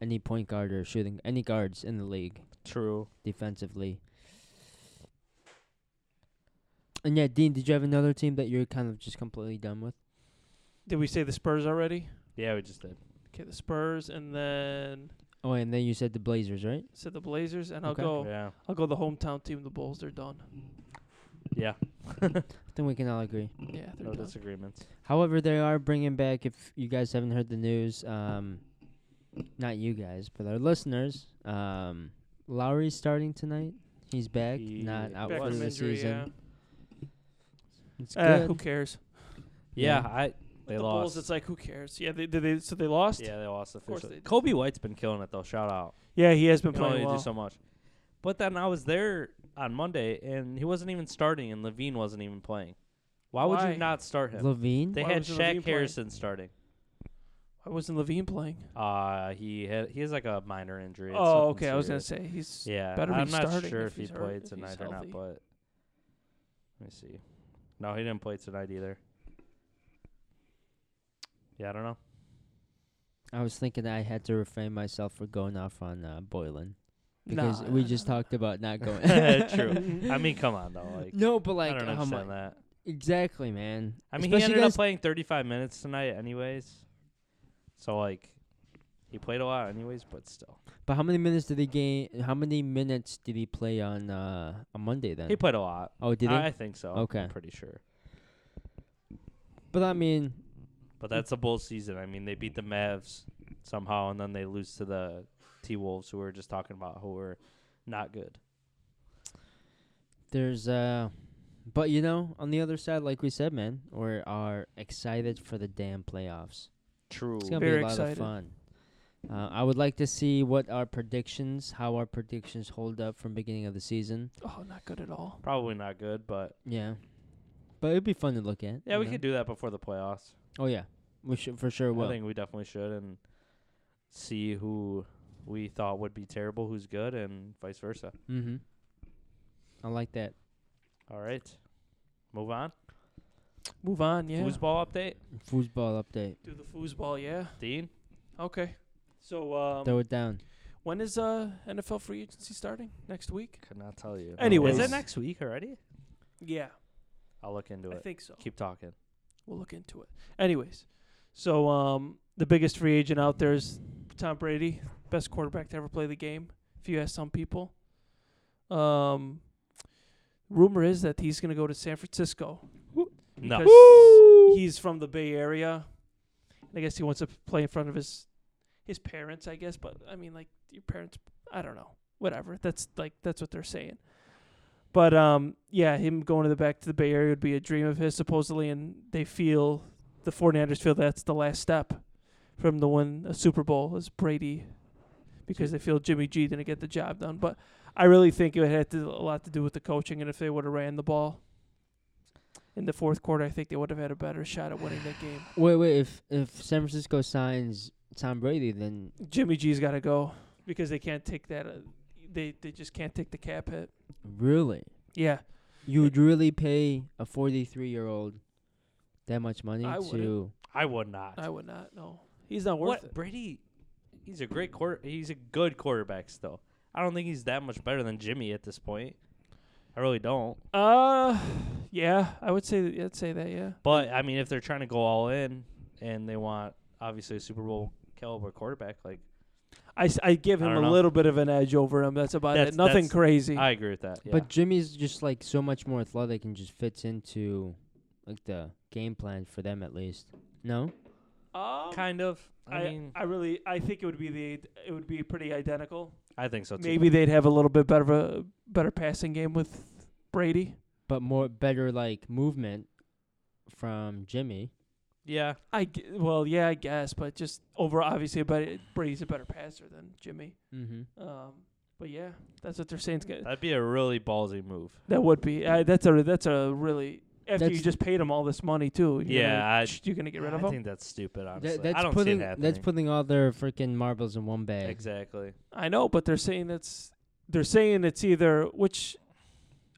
any point guard or shooting any guards in the league True. defensively. And yeah, Dean, did you have another team that you're kind of just completely done with? Did we say the Spurs already? Yeah, we just did. Okay, the Spurs, and then Oh, and then you said the Blazers, right? Said the Blazers, and I'll Okay. go. Yeah. I'll go the hometown team, the Bulls. They're done. Yeah. I think we can all agree. Yeah, they're No done. disagreements. However, they are bringing back. If you guys haven't heard the news, um, not you guys, but our listeners, um, Lowry's starting tonight. He's back, He- not out Back for from the injury, season. It's yeah. Uh, good. who cares? Yeah, Yeah. I they the lost. Bulls, it's like who cares? Yeah, they, did they so they lost. yeah, they lost course officially. they did. Kobe White's been killing it though. Shout out. Yeah, he has been You can only playing well. do so much. But then I was there on Monday and he wasn't even starting and Levine wasn't even playing. Why, would Why? you not start him? Levine. they Why had Shaq wasn't Levine playing? Harrison starting. Why wasn't Levine playing? Uh he had he has like a minor injury. It's oh, nothing okay. I was gonna serious. say he's. Yeah, better be I'm not starting sure if if, he he's hurt- played if he's tonight or healthy. not, but let me see. No, he didn't play tonight either. Yeah, I don't know. I was thinking I had to refrain myself for going off on uh, Boylan because Nah, we nah, just nah, talked <laughs> about not going. <laughs> True. I mean, come on though. Like, no, but I like don't how understand mu- that. exactly, man. I mean, he Especially ended up guys- playing 35 minutes tonight, anyways. So like, he played a lot, anyways. But still, But how many minutes did he gain? How many minutes did he play on uh, on Monday then? he played a lot. oh, did he? I, I think so. Okay. I'm pretty sure. but I mean, But that's a Bulls season. I mean, they beat the Mavs somehow, and then they lose to the T Wolves, who we were just talking about, who were not good. there's uh, but you know, on the other side, like we said, man, we are excited for the damn playoffs. True. It's gonna Very be a lot excited. of fun. Uh, I would like to see what our predictions, how our predictions hold up from beginning of the season. Oh, not good at all. Probably not good, but Yeah, but it'd be fun to look at. yeah, you we know? could do that before the playoffs. Oh yeah, we should for Mm-hmm. sure. I Will. think we definitely should and see who we thought would be terrible, who's good, and vice versa. Mm-hmm. I like that. All right, move on. Move on. Yeah. Foosball update, Foosball update. Do the foosball. Yeah. Dean. Okay. So um, Throw it down. when is uh NFL free agency starting? Next week. Could not tell you. Anyways. is it next week already? Yeah, I'll look into I it. think so. Keep talking. We'll look into it. Anyways, so um, the biggest free agent out there is Tom Brady, best quarterback to ever play the game. If you ask some people, um, rumor is that he's gonna go to San Francisco. No. Because he's from the Bay Area. And I guess he wants to p- play in front of his his parents, I guess, but I mean like your parents I don't know. Whatever. That's like that's what they're saying. But um yeah, him going to the back to the Bay Area would be a dream of his supposedly and they feel the 49ers feel that's the last step from the win a Super Bowl is Brady because they feel Jimmy G didn't get the job done. But I really think it had to, a lot to do with the coaching and if they would have ran the ball in the fourth quarter, I think they would have had a better shot at winning that game. Wait, wait. If if San Francisco signs Tom Brady, then Jimmy G's got to go because they can't take that. Uh, they they just can't take the cap hit. really, Yeah, you would really pay a forty-three-year-old that much money I wouldn't. to? I would not. I would not. No, he's not worth what it. Brady? He's a great quarter. He's a good quarterback still. I don't think he's that much better than Jimmy at this point. I really don't. Uh, yeah, I would say I'd say that. Yeah, But I mean, if they're trying to go all in and they want obviously a Super Bowl caliber quarterback, like I, s- I give I him don't a know. little bit of an edge over him. That's about That's- it. Nothing that's- crazy. I agree with that. Yeah. But Jimmy's just like so much more athletic and just fits into like the game plan for them at least. No, um, kind of. I, I mean, I really I think it would be the it would be pretty identical. I think so too. Maybe they'd have a little bit better of a better passing game with Brady. but more better like movement from Jimmy. Yeah. I g- well, yeah, I guess, but just over obviously, but Brady's a better passer than Jimmy. Mm-hmm. Um, but yeah, that's what they're saying. It's good. That'd be a really ballsy move. That would be. Uh, that's a that's a really after you That's- just paid him all this money too. You're Yeah, gonna, I- sh- you're gonna get rid I of him. think that's stupid. Honestly, That, that's I don't putting see it happening. that's putting all their freaking marbles in one bag. exactly. I know, but they're saying that's they're saying it's either which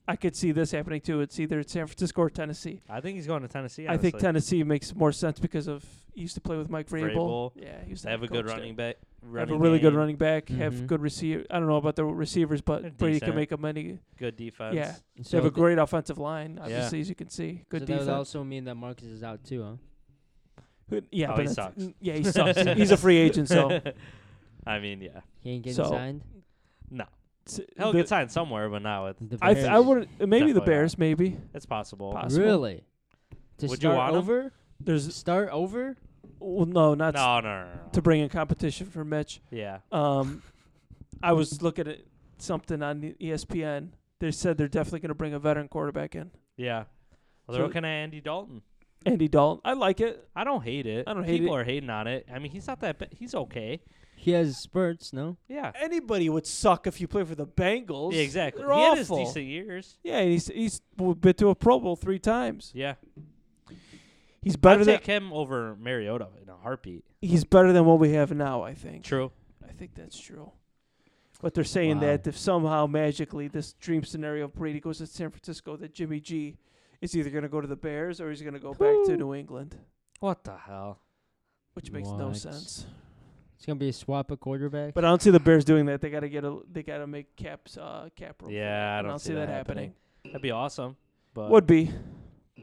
I could see this happening too. It's either San Francisco or Tennessee. I think he's going to Tennessee. I think honestly. Tennessee makes more sense because of he used to play with Mike Vrabel. Vrabel. Yeah, he used to They have a head good coach there. running back. Have Running a really good game, running back. Have Mhm. good receiver. I don't know about the receivers, but They're Brady can decent. make them any. Good defense. <laughs> Yeah. So they have a th- great offensive line, obviously, as you can see. Good so defense. That would also mean that Marcus is out too, huh? Who- Yeah, Oh, but he it's- sucks. <laughs> mm, Yeah, he sucks. He's a free agent, so I mean, yeah. He ain't getting So- signed. No. S- He'll the- get signed somewhere, but not with. The I, th- I Bears. wouldn't. uh, Maybe Definitely the not. Bears. Maybe It's possible. Possible. Really? To Would you start want him? over? there's. Start over? Well, no, not s- No, no, no, no, no. to bring in competition for Mitch. yeah. Um, I was looking at something on E the ESPN. They said they're definitely going to bring a veteran quarterback in. Yeah. Well, they're So- looking at Andy Dalton. Andy Dalton. I like it. I don't hate it. I don't People hate are hating on it. I mean, he's not that. Ba- he's okay. He has spurts, no? Yeah. Anybody would suck if you play for the Bengals. Yeah, exactly. They're he had his awful. decent years. yeah, and he's he's w- been to a Pro Bowl three times. Yeah. He's better I'd than take him over Mariota in a heartbeat. he's better than what we have now. I think. True. I think that's true. But they're saying Wow. that if somehow magically this dream scenario of Brady goes to San Francisco, that Jimmy G is either going to go to the Bears or he's going to go back to Whew. New England, What the hell? which makes no What? sense. It's gonna be a swap of quarterback. But uh, I don't see the Bears doing that. They got to get a they got to make caps uh cap room. for Yeah, that. I And don't see that happening. That'd be awesome. But Would be.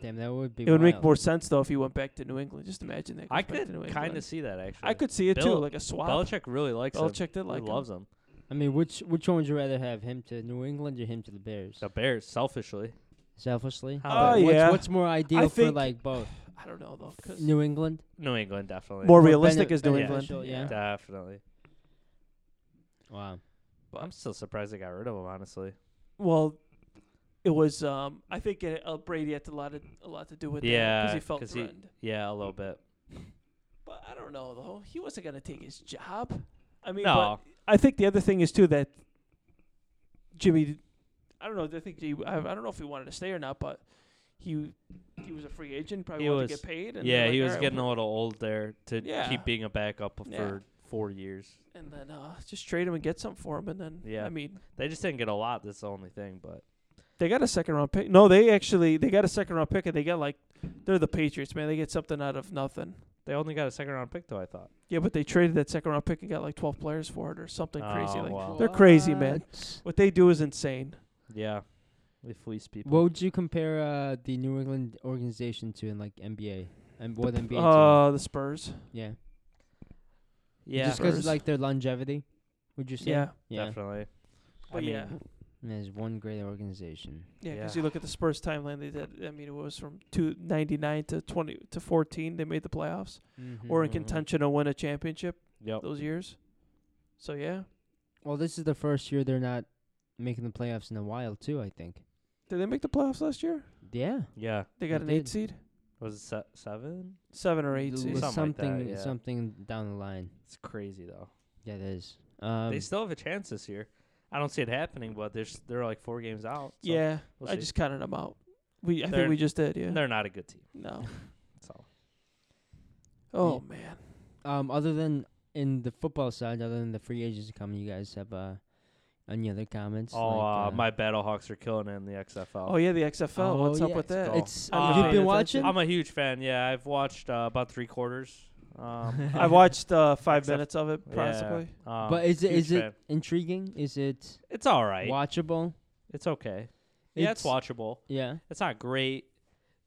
Damn, that would be It would make wild. more sense though if he went back to New England. Just imagine that. he I goes back to New could kind England. of see that actually. I could see it too, Bill- like a swap. Belichick really likes him. Belichick did like he him. loves him. I mean which which one would you rather have? Him to New England or him to the Bears? The Bears, selfishly. Selfishly? How But about- what's, Oh, yeah. what's more ideal for think- like both? I don't know though, 'cause New England? New England, definitely. more Or realistic bene- is New England. beneficial, yeah. Definitely. Wow. But I'm still surprised they got rid of him, honestly. Well, it was. Um, I think it, uh, Brady had a lot of, a lot to do with that Yeah, because he felt 'cause he- threatened. Yeah, a Mm. little bit. But I don't know though. He wasn't gonna take his job. I mean, No. but I think the other thing is too that Jimmy. I don't know. I think he, I, I don't know if he wanted to stay or not, but he he was a free agent. Probably He wanted was- to get paid. And Yeah, they're he like, was "All right, getting well, a little old there to Yeah. keep being a backup Yeah. for four years. And then uh, just trade him and get something for him. And then Yeah. I mean, They just didn't get a lot. That's the only thing. But They got a second round pick. No, they actually they got a second round pick, and they got like they're the Patriots, man. They get something out of nothing. they only got a second round pick, though. I thought. Yeah, but they traded that second round pick and got like twelve players for it or something crazy. Oh, Like wow. they're crazy, man. What? what they do is insane. Yeah, we fleece people. What would you compare uh, the New England organization to in like NBA? And what the, NBA p- team? uh, the Spurs. yeah. yeah, Just because Spurs. like their longevity, would you say? Yeah, Yeah. definitely. but I mean, yeah, And There's one great organization. yeah. Because yeah. you look at the Spurs timeline. They did. I mean, it was from two ninety nine to twenty to fourteen. They made the playoffs or in Mhm. contention to win a championship Yep. those years. So yeah, Well, this is the first year they're not making the playoffs in a while, too. I think. did they make the playoffs last year? Yeah, Yeah. They got They an eight did. seed, Was it se- seven? seven or L- eight seed. was Something like that, something, yeah. something down the line. It's crazy though. Yeah, it is. Um, they still have a chance this year. I don't see it happening, but they're s- they're like four games out. So yeah, we'll I see. just counted them out. We I They're- think we just did. Yeah. they're not a good team. <laughs> No. So Oh man. um, other than in the football side, other than the free agents coming, you guys have uh, any other comments? oh, Like, uh, my Battlehawks are killing it in the XFL. Oh yeah, the XFL. Oh, What's up yeah, with that? goal. It's I'm not you've paying been attention. watching. Uh, I'm a huge fan. Yeah, I've watched uh, about three quarters. <laughs> Um, I <laughs> watched uh, five XF minutes of it, yeah, possibly. um, but is it huge is it fan. intriguing? Is it It's all right. watchable? It's okay. Yeah, it's, It's- watchable. Yeah. It's not great.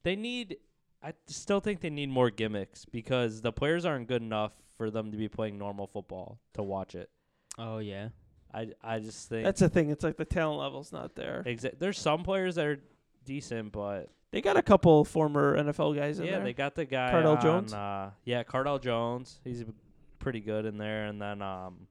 They need. I still think they need more gimmicks because the players aren't good enough for them to be playing normal football to watch it. Oh yeah. I I just think That's the thing. It's like the talent level's not there. exa- there's some players that are decent, but They got a couple former NFL guys in yeah, there. they got the guy Cardell on, Jones? Uh, yeah, Cardell Jones. He's pretty good in there, and then um,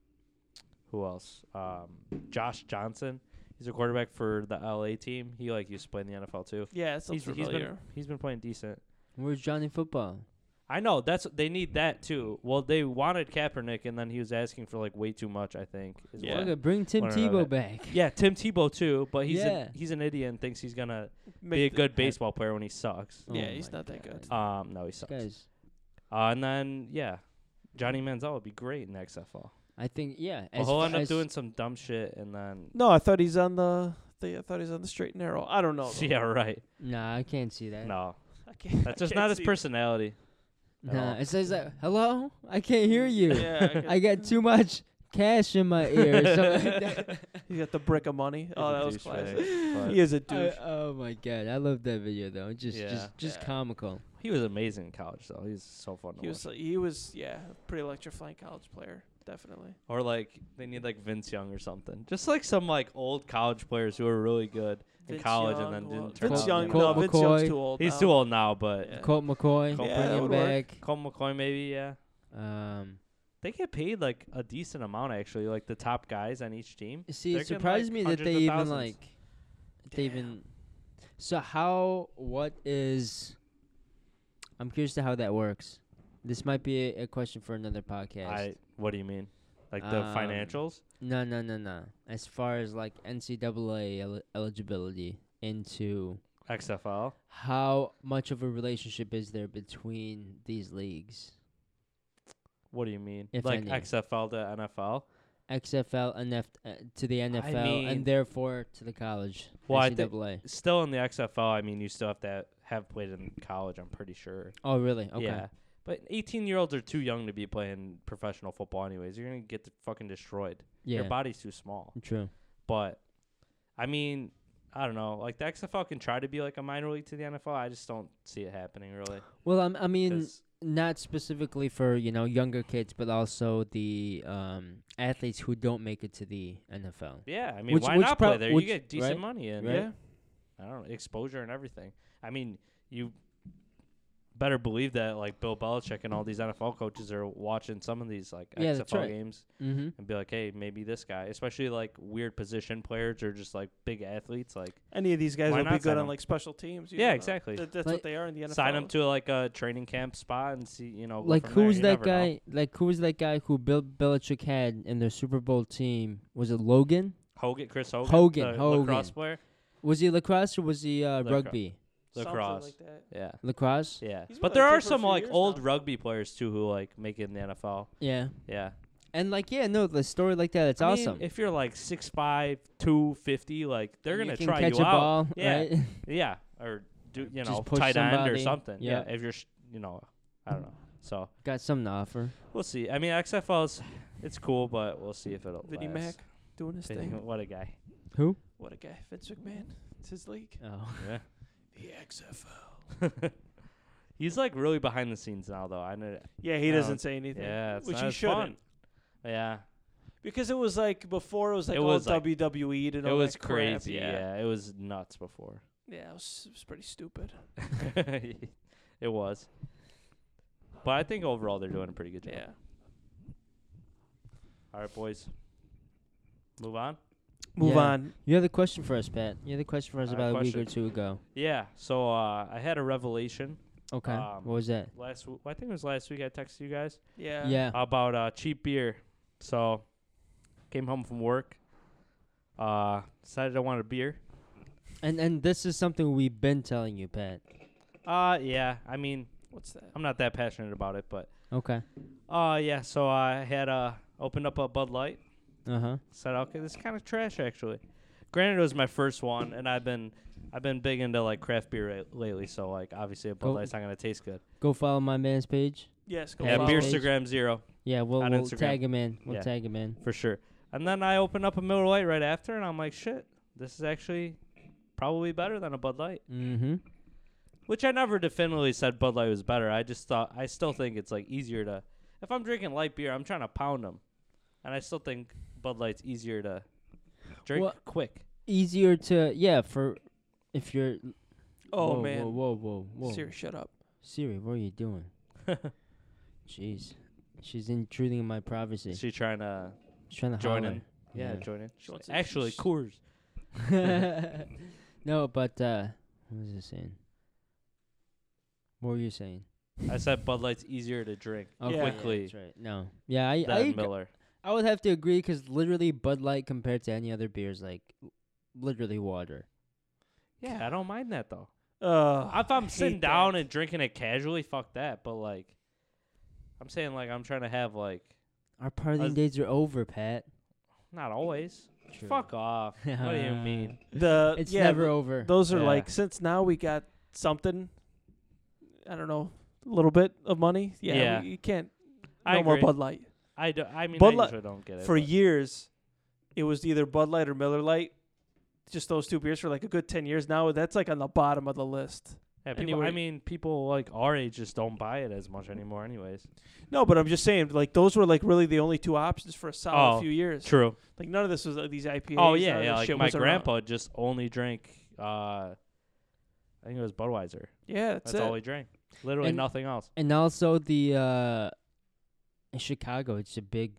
who else? Um, Josh Johnson. He's a quarterback for the LA team. He like used to play in the NFL too. yeah, it sounds He's, he's familiar. been he's been playing decent. Where's Johnny Football? I know that's they need that too. Well, they wanted Kaepernick, and then he was asking for like way too much. I think. is Yeah. what- Okay, bring Tim Wanna know Tebow that. back. <laughs> yeah, Tim Tebow too, but he's Yeah. an, he's an idiot and thinks he's gonna Make be a the- good baseball player when he sucks. Oh Yeah, he's my not that good. God. Um, no, he sucks. Uh, Guys, and then yeah, Johnny Manziel would be great in the XFL. I think yeah. Well, as he'll fa- end up as- doing some dumb shit, and then <laughs> No, I thought he's on the. the I thought he's on the straight and narrow. I don't know. <laughs> though. yeah, right. Nah, I can't see that. No, I can't, that's I just can't not his see- personality. at Nah, all. it says that. Hello, I can't hear <laughs> you. <laughs> Yeah, I got too much cash in my ear. or <laughs> something <laughs> like that. He's got the brick of money. He's Oh, a that was douchebag, classic. but He is a I- douche. oh my god, I love that video though. Just, Yeah. just, just Yeah. comical. He was amazing in college, though. He's so fun. To He was. He was. Yeah, pretty electrifying college player. definitely. Or like they need like Vince Young or something. Just like some like old college players who were really good in Vince college and Young, then well, didn't turn Vince out. Young, that Colt no, well. Vince Young's McCoy. too old. He's now. too old now, but Yeah. Colt McCoy, Colt Yeah, that bring him would work. back. Colt McCoy maybe yeah. Um, They get paid like a decent amount actually, like the top guys on each team. see, They're it getting, surprised like, me that hundreds they of even thousands. like they even. So how? What is? I'm curious to how that works. This might be a, a question for another podcast. I what do you mean? Like the Um, financials? No, no, no, no. As far as like NCAA el- eligibility into XFL. how much of a relationship is there between these leagues? What do you mean? If like any. XFL to NFL? XFL and F- uh, to the NFL mean- and therefore to the college. Well, I thi- NCAA. Still in the XFL, I mean you still have to have played in college, I'm pretty sure. oh, really? Okay. Yeah. But 18 year olds are too young to be playing professional football, anyways. You're going to get fucking destroyed. Yeah. Your body's too small. True. But, I mean, I don't know. Like, the XFL can try to be like a minor league to the NFL. I just don't see it happening, really. Well, I'm, I mean, 'Cause- not specifically for you know younger kids, but also the um, athletes who don't make it to the NFL. yeah, I mean, Which- why which not prob- play there? which- you get decent right? money and, Right? Yeah. I don't know, exposure and everything. I mean, you better believe that, like, Bill Belichick and all these NFL coaches are watching some of these, like, Yeah, that's XFL right. games. Mm-hmm. and be like, hey, maybe this guy, especially like weird position players or just like big athletes, like Any of these guys Why would not be sign good on him? like special teams. you Yeah, don't know. exactly. That- that's Like, what they are in uh, the NFL. sign him to like a training camp spot and see, you know, go Like from there. who's You that never know. guy? Like who's that guy who Bill Belichick had in their Super Bowl team? Was it Logan? Hogan, Chris Hogan, Hogan, the Hogan. lacrosse player, Was he lacrosse or was he uh, Lacro- rugby? Something lacrosse. Like that. yeah. Lacrosse. Yeah, He's been but on there that are team for a some few like years old now. rugby players too who like make it in the NFL. Yeah. Yeah, And like yeah, no, the story like that. It's I mean, awesome. If you're like six five, two fifty, like they're You gonna can try catch you a out. ball, Yeah. right? <laughs> Yeah, or do you Just know push tight end or somebody. something? Yeah. yeah. If you're, sh- you know, I don't know. So Got something to offer. We'll see. I mean, XFL's it's cool, but we'll see if it'll. Vinny Mac last. doing <laughs> his Vinny- thing. What a guy. Who? What a guy, Vince McMahon. It's his league. Oh, Yeah. The XFL. He's like really behind the scenes now, though. I know. Yeah, he No, doesn't say anything. Yeah, it's which not he as shouldn't. fun. Yeah, Because it was like before it was like It all was, like- WWE and it all was that crap, crazy. Yeah. yeah. it was nuts before. Yeah, it was, it was pretty stupid. <laughs> it was. But I think overall they're doing a pretty good job. Yeah. All right, boys. Move on. Move Yeah. on. you had a question for us, Pat. You had a question for us I had a about a week or question. two ago. Yeah. So uh, I had a revelation Okay. Um, what was that? last. W- I think it was last week. I texted you guys. Yeah. yeah. about uh, cheap beer. So, came home from work. Uh, decided I wanted a beer. And and this is something we've been telling you, Pat. Uh, yeah. I mean, What's that? I'm not that passionate about it, but Okay. uh, yeah. So I had uh opened up a Bud Light. Uh huh. Said, okay, this is kind of trash actually. Granted, it was my first one, and I've been I've been big into like craft beer la- lately. So like, obviously, a Bud Go- Light's not gonna taste good. Go follow my man's page. Yes. Go Yeah, follow. Beer's- Beerstagram Zero Yeah, we'll, On we'll Instagram. tag him in. We'll Yeah. tag him in. for sure. And then I opened up a Miller Lite right after, and I'm like, shit, this is actually probably better than a Bud Light. Mm-hmm. Which I never definitively said Bud Light was better. I just thought I still think it's like easier to if I'm drinking light beer, I'm trying to pound them, and I still think Bud Light's easier to drink Well- quick. Easier to yeah for if you're. Oh whoa, man. Whoa, whoa, whoa, whoa. Siri, shut up. Siri, what are <laughs> you doing? Jeez, she's intruding in my privacy. Is she trying to She's trying to join holler. in? Yeah, Yeah. join in. She wants to- Actually, sh- Coors. <laughs> no, but uh, what was I saying? What were you saying? I said Bud Light's easier to drink Okay, Oh, yeah, quickly that's right. No, yeah, I I, than ag- Miller. I would have to agree because literally Bud Light compared to any other beers like literally water. Yeah, I don't mind that though. Uh, If I'm I sitting hate down that. and drinking it casually, fuck that. But like, I'm saying like I'm trying to have like Our partying Us- days are over, Pat. not always. Fuck off. what do you Uh, <laughs> mean? the It's yeah, never th- over. Those are Yeah. like since now we got something. I don't know, a little bit of money. Yeah, Yeah. we- you can't. I no more agree. Bud Light. I do. I mean, Bud I Light- usually don't get it For but- years, it was either Bud Light or Miller Light. Just those two beers for like a good ten years. Now that's like on the bottom of the list. Yeah, people. Anyway- I mean, people like our age just don't buy it as much anymore, anyways. No, but I'm just saying, like those were like really the only two options for a solid Oh, few years. True. Like none of this was like these IPAs. Oh none yeah, of yeah. this Like uh, shit my was around. grandpa just only drank. Uh, I think it was Budweiser. Yeah, that's, That's all it. he drank. Literally And- nothing else. And also the uh in Chicago, it's a big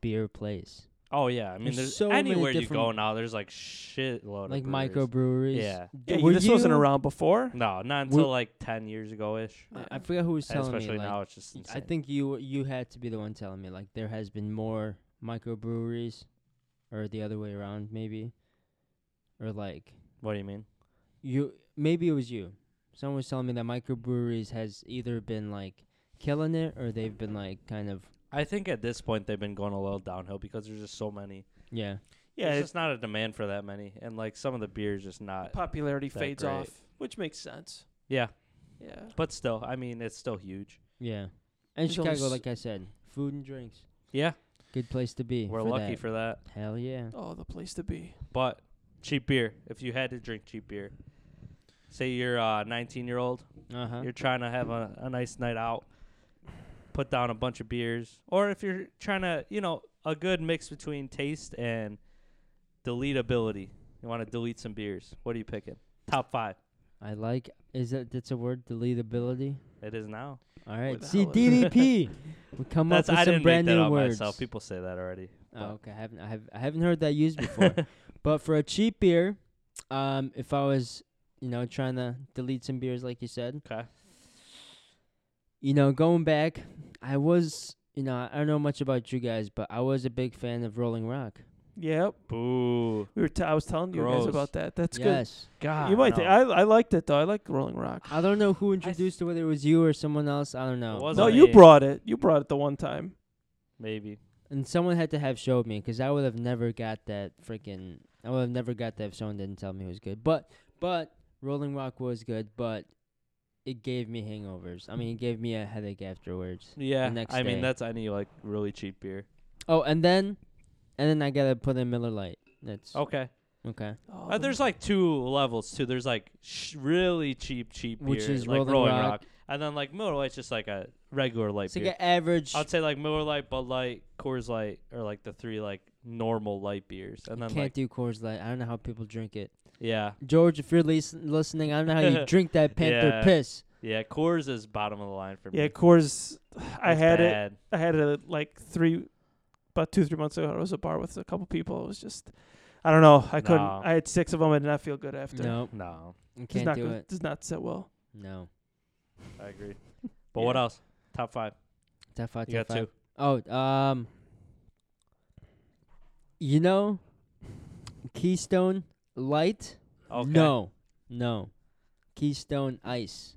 beer place, Oh yeah, I mean, There's there's, so many anywhere you different- go now, there's like shitload like of breweries. microbreweries. Yeah. D- Yeah, were this wasn't you- around before. No, not Were- until like ten years ago ish. I- I forgot who was telling Especially me. Like, now, it's just. Insane. I think you you had to be the one telling me like there has been more microbreweries, or the other way around maybe, or like What do you mean? you maybe it was you. Someone was telling me that microbreweries has either been like killing it or they've been like kind of I think at this point they've been going a little downhill because there's just so many. yeah. Yeah, There's it- just not a demand for that many, and like some of the beers just not. popularity that fades great. off, which makes sense. Yeah, Yeah. but still, I mean, it's still huge. Yeah. And There's only Chicago, s- like I said, food and drinks. Yeah, Good place to be. we're lucky that. for that. Hell yeah. Oh, the place to be. But cheap beer. If you had to drink cheap beer, say you're a 19 year old, Uh huh. you're trying to have a, a nice night out, put down a bunch of beers, or if you're trying to, you know, a good mix between taste and deletability. You want to delete some beers. What are you picking? Top five. I like. Is that that's a word? Deletability. It is now. All right. the See hell is DDP. <laughs> we come That's up with I some didn't make brand that new up words. myself. People say that <laughs> already. Oh, okay. I haven't I, have, I haven't heard that used <laughs> before. but for a cheap beer, um, if I was you know trying to delete some beers like you said, Okay. you know going back, I was you know I don't know much about you guys, but I was a big fan of Rolling Rock. Yep. Boo. We were. T- I was telling you Gross. guys about that. That's good. yes. God. you might. Ah, no. Think, I I liked it though. I liked Rolling Rock. I don't know who introduced it, whether it was you or someone else. I don't know. was No, on you a- brought it. You brought it the one time. Maybe. And someone had to have showed me because I would have never got that freaking. I would have never got that if someone didn't tell me it was good. But but Rolling Rock was good, but it gave me hangovers. I mean, it gave me a headache afterwards. Yeah. next I day. mean, that's any like really cheap beer. Oh, and then and then I gotta put in Miller Lite. That's Okay. okay. Oh, Uh, the- there's like two levels too. There's like sh- really cheap, cheap beer, Which is like Rolling Rock. and then like Miller Lite's just like a regular light It's like beer. an average. I'd say like Miller Lite, Bud Light, Coors Light are like the three like normal light beers, and then Can't like do Coors Light. I don't know how people drink it. yeah, George, if you're lis- listening, I don't know <laughs> how you drink that Panther Yeah. piss. yeah. Coors is bottom of the line for Yeah, me. Coors. I It's had it. bad. I had it like three, about two three months ago. I was at a bar with a couple people. It was just, I don't know. I couldn't. No. I had six of them. I did not feel good after. No, No, you does can't not do go- it. Does not sit well. No. I agree. But what Yeah. else? Top five. Top five. You top got five. two. Oh, um, you know, Keystone Light. Okay. No, no, Keystone Ice.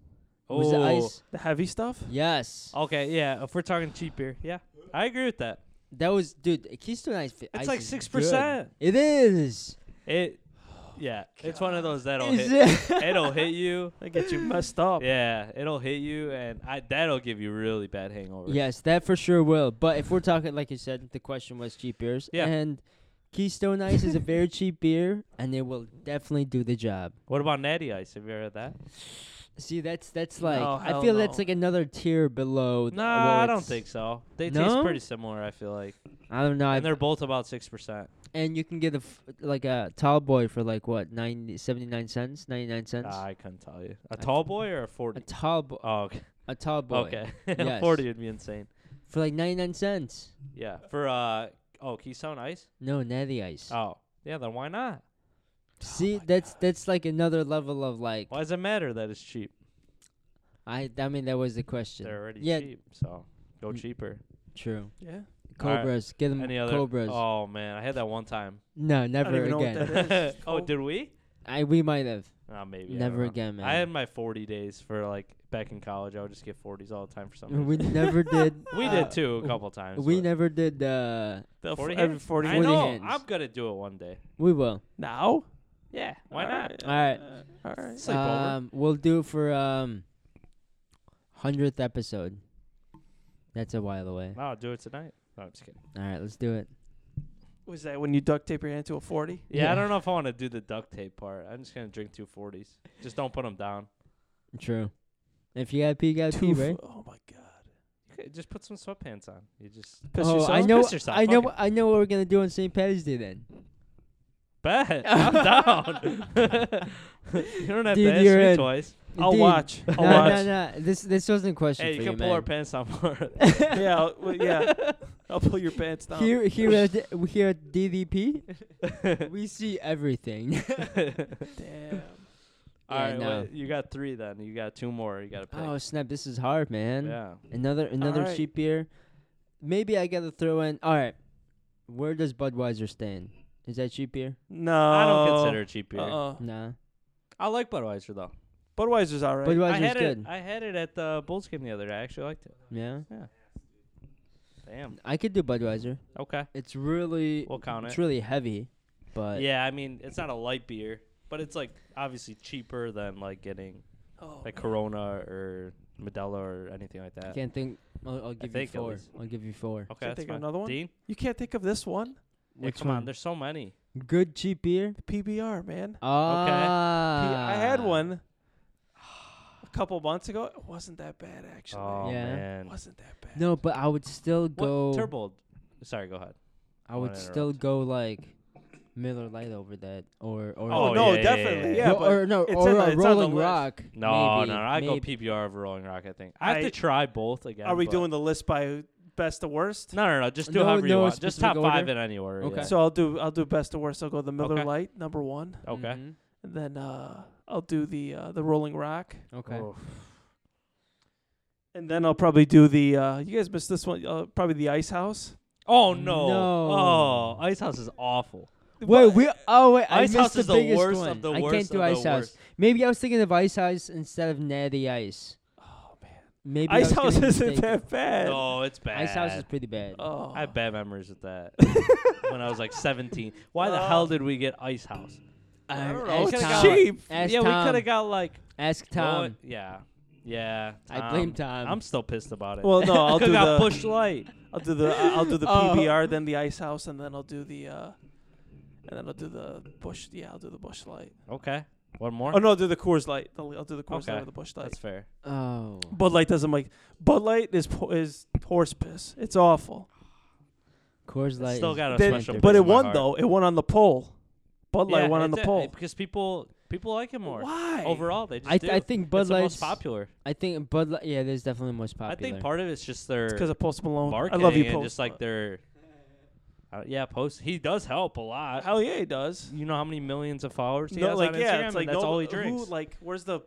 Oh. Was it ice? The heavy stuff. Yes. Okay. Yeah. If we're talking cheap beer, yeah, I agree with that. That was, dude. Keystone Ice. It's It's like six percent. It is. It. Yeah, it's one of those that'll Is hit. it? <laughs> it'll hit you. They get you messed up. Yeah, it'll hit you, and I, that'll give you really bad hangovers. yes, that for sure will. But if we're talking, like you said, the question was cheap beers. Yeah. And Keystone Ice is a very cheap beer, and it will definitely do the job. What about Natty Ice? Have you ever heard that? See, that's that's like No, I hell feel that's no. like another tier below. th- No, well, I don't it's- think so. They No? taste pretty similar. I feel like, I don't know. I've- and they're both about six percent. and you can get a f- like a tall boy for like what 90, 79 cents, ninety nine cents. I couldn't tell you. A I- tall boy or a a forty? tall boy, Oh, okay. a tall boy, Okay, <laughs> Yes. forty would be insane. for like ninety nine cents. Yeah, for uh, oh, Keystone Ice. No, natty ice. Oh, yeah. Then why not? See, that's that's like another level of like Why does it matter that it's cheap? I. I mean, that was the question. They're already yeah, cheap, so go Mm. cheaper. true. Yeah. Alright. Cobras, get them Any other? cobras. Oh man, I had that one <laughs> time. <laughs> No, never even know what again. that- is oh, cold. did we? I we might have Oh, maybe. I never don't know. again, man. I had my 40 days for like back in college. I would just get 40s all the time for something. <laughs> we <laughs> never did. we uh, did too a couple times. We but- never did. Uh, The f- 40 every hands? 40 I 40 know. hands. I'm gonna do it one day. we will. now. Yeah. Why All not? right. All right. Uh, All right. Sleep over. Um, we'll do it for um hundredth episode. That's a while away. No, I'll do it tonight. No, I'm just kidding. All right, let's do it. Was that when you duct tape your hand to a 40? Yeah, Yeah. I don't know if I want to do the duct tape part. I'm just gonna drink two 40s. Just don't put them down. True. If you gotta pee, you gotta Two pee, right? fo- oh my god. Okay, just put some sweatpants on. You just Piss oh, I yourself? know. Piss yourself, I know. fuck it. I know what we're gonna do on St. Patty's Day then. <laughs> <laughs> bet. I'm down. <laughs> you don't have Dude, to ask you're me in. twice. I'll Dude, <laughs> watch. I'll No, watch. no, no. This this wasn't a question Hey, you for can you, pull our man. pants down <laughs> for it. yeah, I'll, well, yeah. I'll pull your pants down. Here, here at <laughs> here at DVP, we see everything. <laughs> Damn. All Yeah, right, no. wait, you got three then. You got two more. You got to pick. oh snap! This is hard, man. yeah. Another another right. cheap beer. Maybe I gotta throw in. All right, where does Budweiser stand? Is that cheap beer? No. I don't consider it cheap beer. Uh-uh. Nah. I like Budweiser though. Budweiser's all right. I Budweiser's had good. it. I had it at the Bulls game the other day. I actually liked it. yeah. Damn. I could do Budweiser. Okay. It's really We'll count it's it. really heavy, but Yeah, I mean it's not a light beer, but it's like obviously cheaper than like getting oh, like Corona or Modelo or anything like I that. can't think. I'll, I'll give you think at four. least. I'll give you four. Okay, Can't that's think of fine. another one? Dean, you can't think of this one? Yeah, Which come one? on, there's so many. Good cheap beer. PBR, man. P- Ah. I had one a couple months ago. It wasn't that bad actually. Oh Yeah. It man, wasn't that bad. No, but I would still what? go. Turbold. Sorry, go ahead. I would Whatever. still go like Miller Light over that, or or Oh, Oh, no, yeah, yeah, definitely. yeah, Yeah, yeah. Well, but or no, it's or in the- a it's on the Rolling list. Rock. No, maybe, no, no, I go maybe. PBR over Rolling Rock. I think I have I- to try both again. Are we but- doing the list by best to worst? No, no, no. Just do No- however no you want. Just specific top five order? in any order. Okay. yeah. So I'll do I'll do best to worst. I'll go the Miller Okay. Light number one, Okay. Mhm. and then uh, I'll do the uh, the Rolling Rock, Okay. Oh. Oof. and then I'll probably do the. Uh, you guys missed this one. Uh, probably the Ice House. Oh no. No. Oh, Ice House is awful. Wait, we. Oh wait, I Ice missed House the is the biggest worst one. of the I worst can't do of Ice the House. worst. Maybe I was thinking of Ice House instead of Natty Ice. Oh man, Maybe I Ice was House <laughs> getting isn't mistaken. that bad. No, it's bad. Ice House is pretty Uh, bad. Oh, I have bad memories with <laughs> that. when I was like 17. Why the Oh. hell did we get Ice House? I don't know, Ask it's Tom. cheap. Ask yeah, Tom. we could have got <laughs> like Ask Well, Tom. yeah, yeah. I blame Tom. I'm still pissed about it. Well, <laughs> no, I'll could do got the Bush Light. I'll do the I- I'll do the <laughs> Oh. PBR, then the Ice House, and then I'll do the. Uh, and then I'll do the bush. Yeah, I'll do the bush light. Okay, one more. Oh no, I'll do the Coors Light. I'll I'll do the Coors Okay. Light or the bush light. That's fair. oh. Bud Light doesn't like. Bud Light is po- is horse piss. It's awful. Coors It's Light. still is got a winter. special But place it in my won heart. though. It won on the poll. Bud Light yeah, won on the it's a- poll. because people people like it more Why? overall. They just I, do. th- I think Bud it's the Light's most popular. I think Bud Light. Yeah, there's definitely the most popular. I think part of it's just their because of Post Malone. marketing I love you, and Post. just like their. Uh, yeah, post. He does help a lot. hell yeah, he does. you know how many millions of followers he has on Instagram? and that's no- all he who, drinks. like, where's the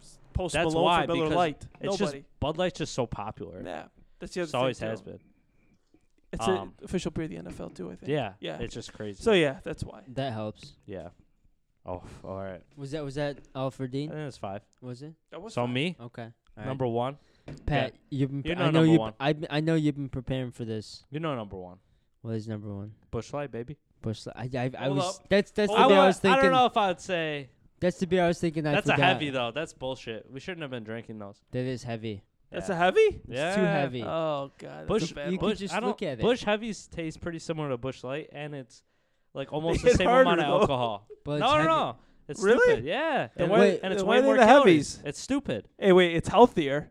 s- Post That's Malone why, for Miller because Light? it's Nobody. just Bud Light's just so popular. yeah, that's the other It's always thing, too. has been. It's Um, a official beer of the NFL too. I think. Yeah, Yeah. It's just crazy. So yeah, that's why. that helps. yeah. Oh, f- all right. Was that was that all for I think Dean? it's five. Was it? That was So fun. me, Okay. Alright. number one. Pat, you've been. You're I not know number you. one. I I know you've been preparing for this. You know number one. What is number one? Bush Light, baby. Bush. Li- I I, I Hold was. up. That's that's I, the beer I wa- was thinking. I don't know if I'd say That's the beer I was thinking. I that's forgot. a heavy though. That's bullshit. We shouldn't have been drinking those. That is heavy. That's yeah. a heavy. yeah. It's too heavy. Oh god, Bush, that's a bad you one. could Bush, just I don't, look at it. Bush heavies taste pretty similar to Bush Light, and it's like almost the hit same harder, amount of though. alcohol. But it's no, no, heavy. no. It's Really? stupid. Yeah. Then and, why- and it's way then why are they more the calories. heavies? It's stupid. Hey, wait, it's healthier.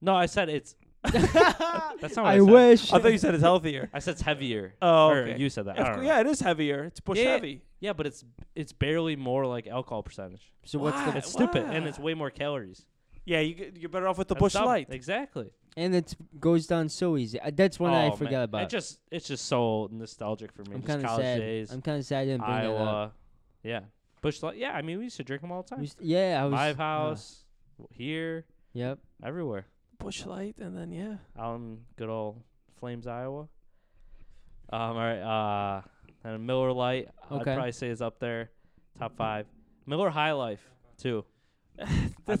No, I said it's. <laughs> That's not what I, I said. wish. I thought you said <laughs> it's healthier. I said it's heavier. Oh, Or okay. you said that. I Of don't cou- know. yeah, it is heavier. It's Bush Yeah, yeah. heavy. Yeah, but it's it's barely more like alcohol percentage. so what's the Why? It's stupid, and Wow. it's way more calories. Yeah, you get, you're better off with the I'm Bush dumb. Light. exactly. and it goes down so easy. I, that's one oh, I forgot man. about. It just it's just so nostalgic for me. I'm just kind of college sad. days, I'm kind of sad I didn't bring that up. Iowa, yeah, Bush Light. Yeah, I mean we used to drink them all the We time. s- yeah, I was. Live uh, House, w- here, yep. everywhere. Bush Light, and then yeah. Out in good old Flames, Iowa. Um, all right, uh, and Miller Light. I'd Okay. probably say is up there, top five. Miller High Life <laughs> too. That's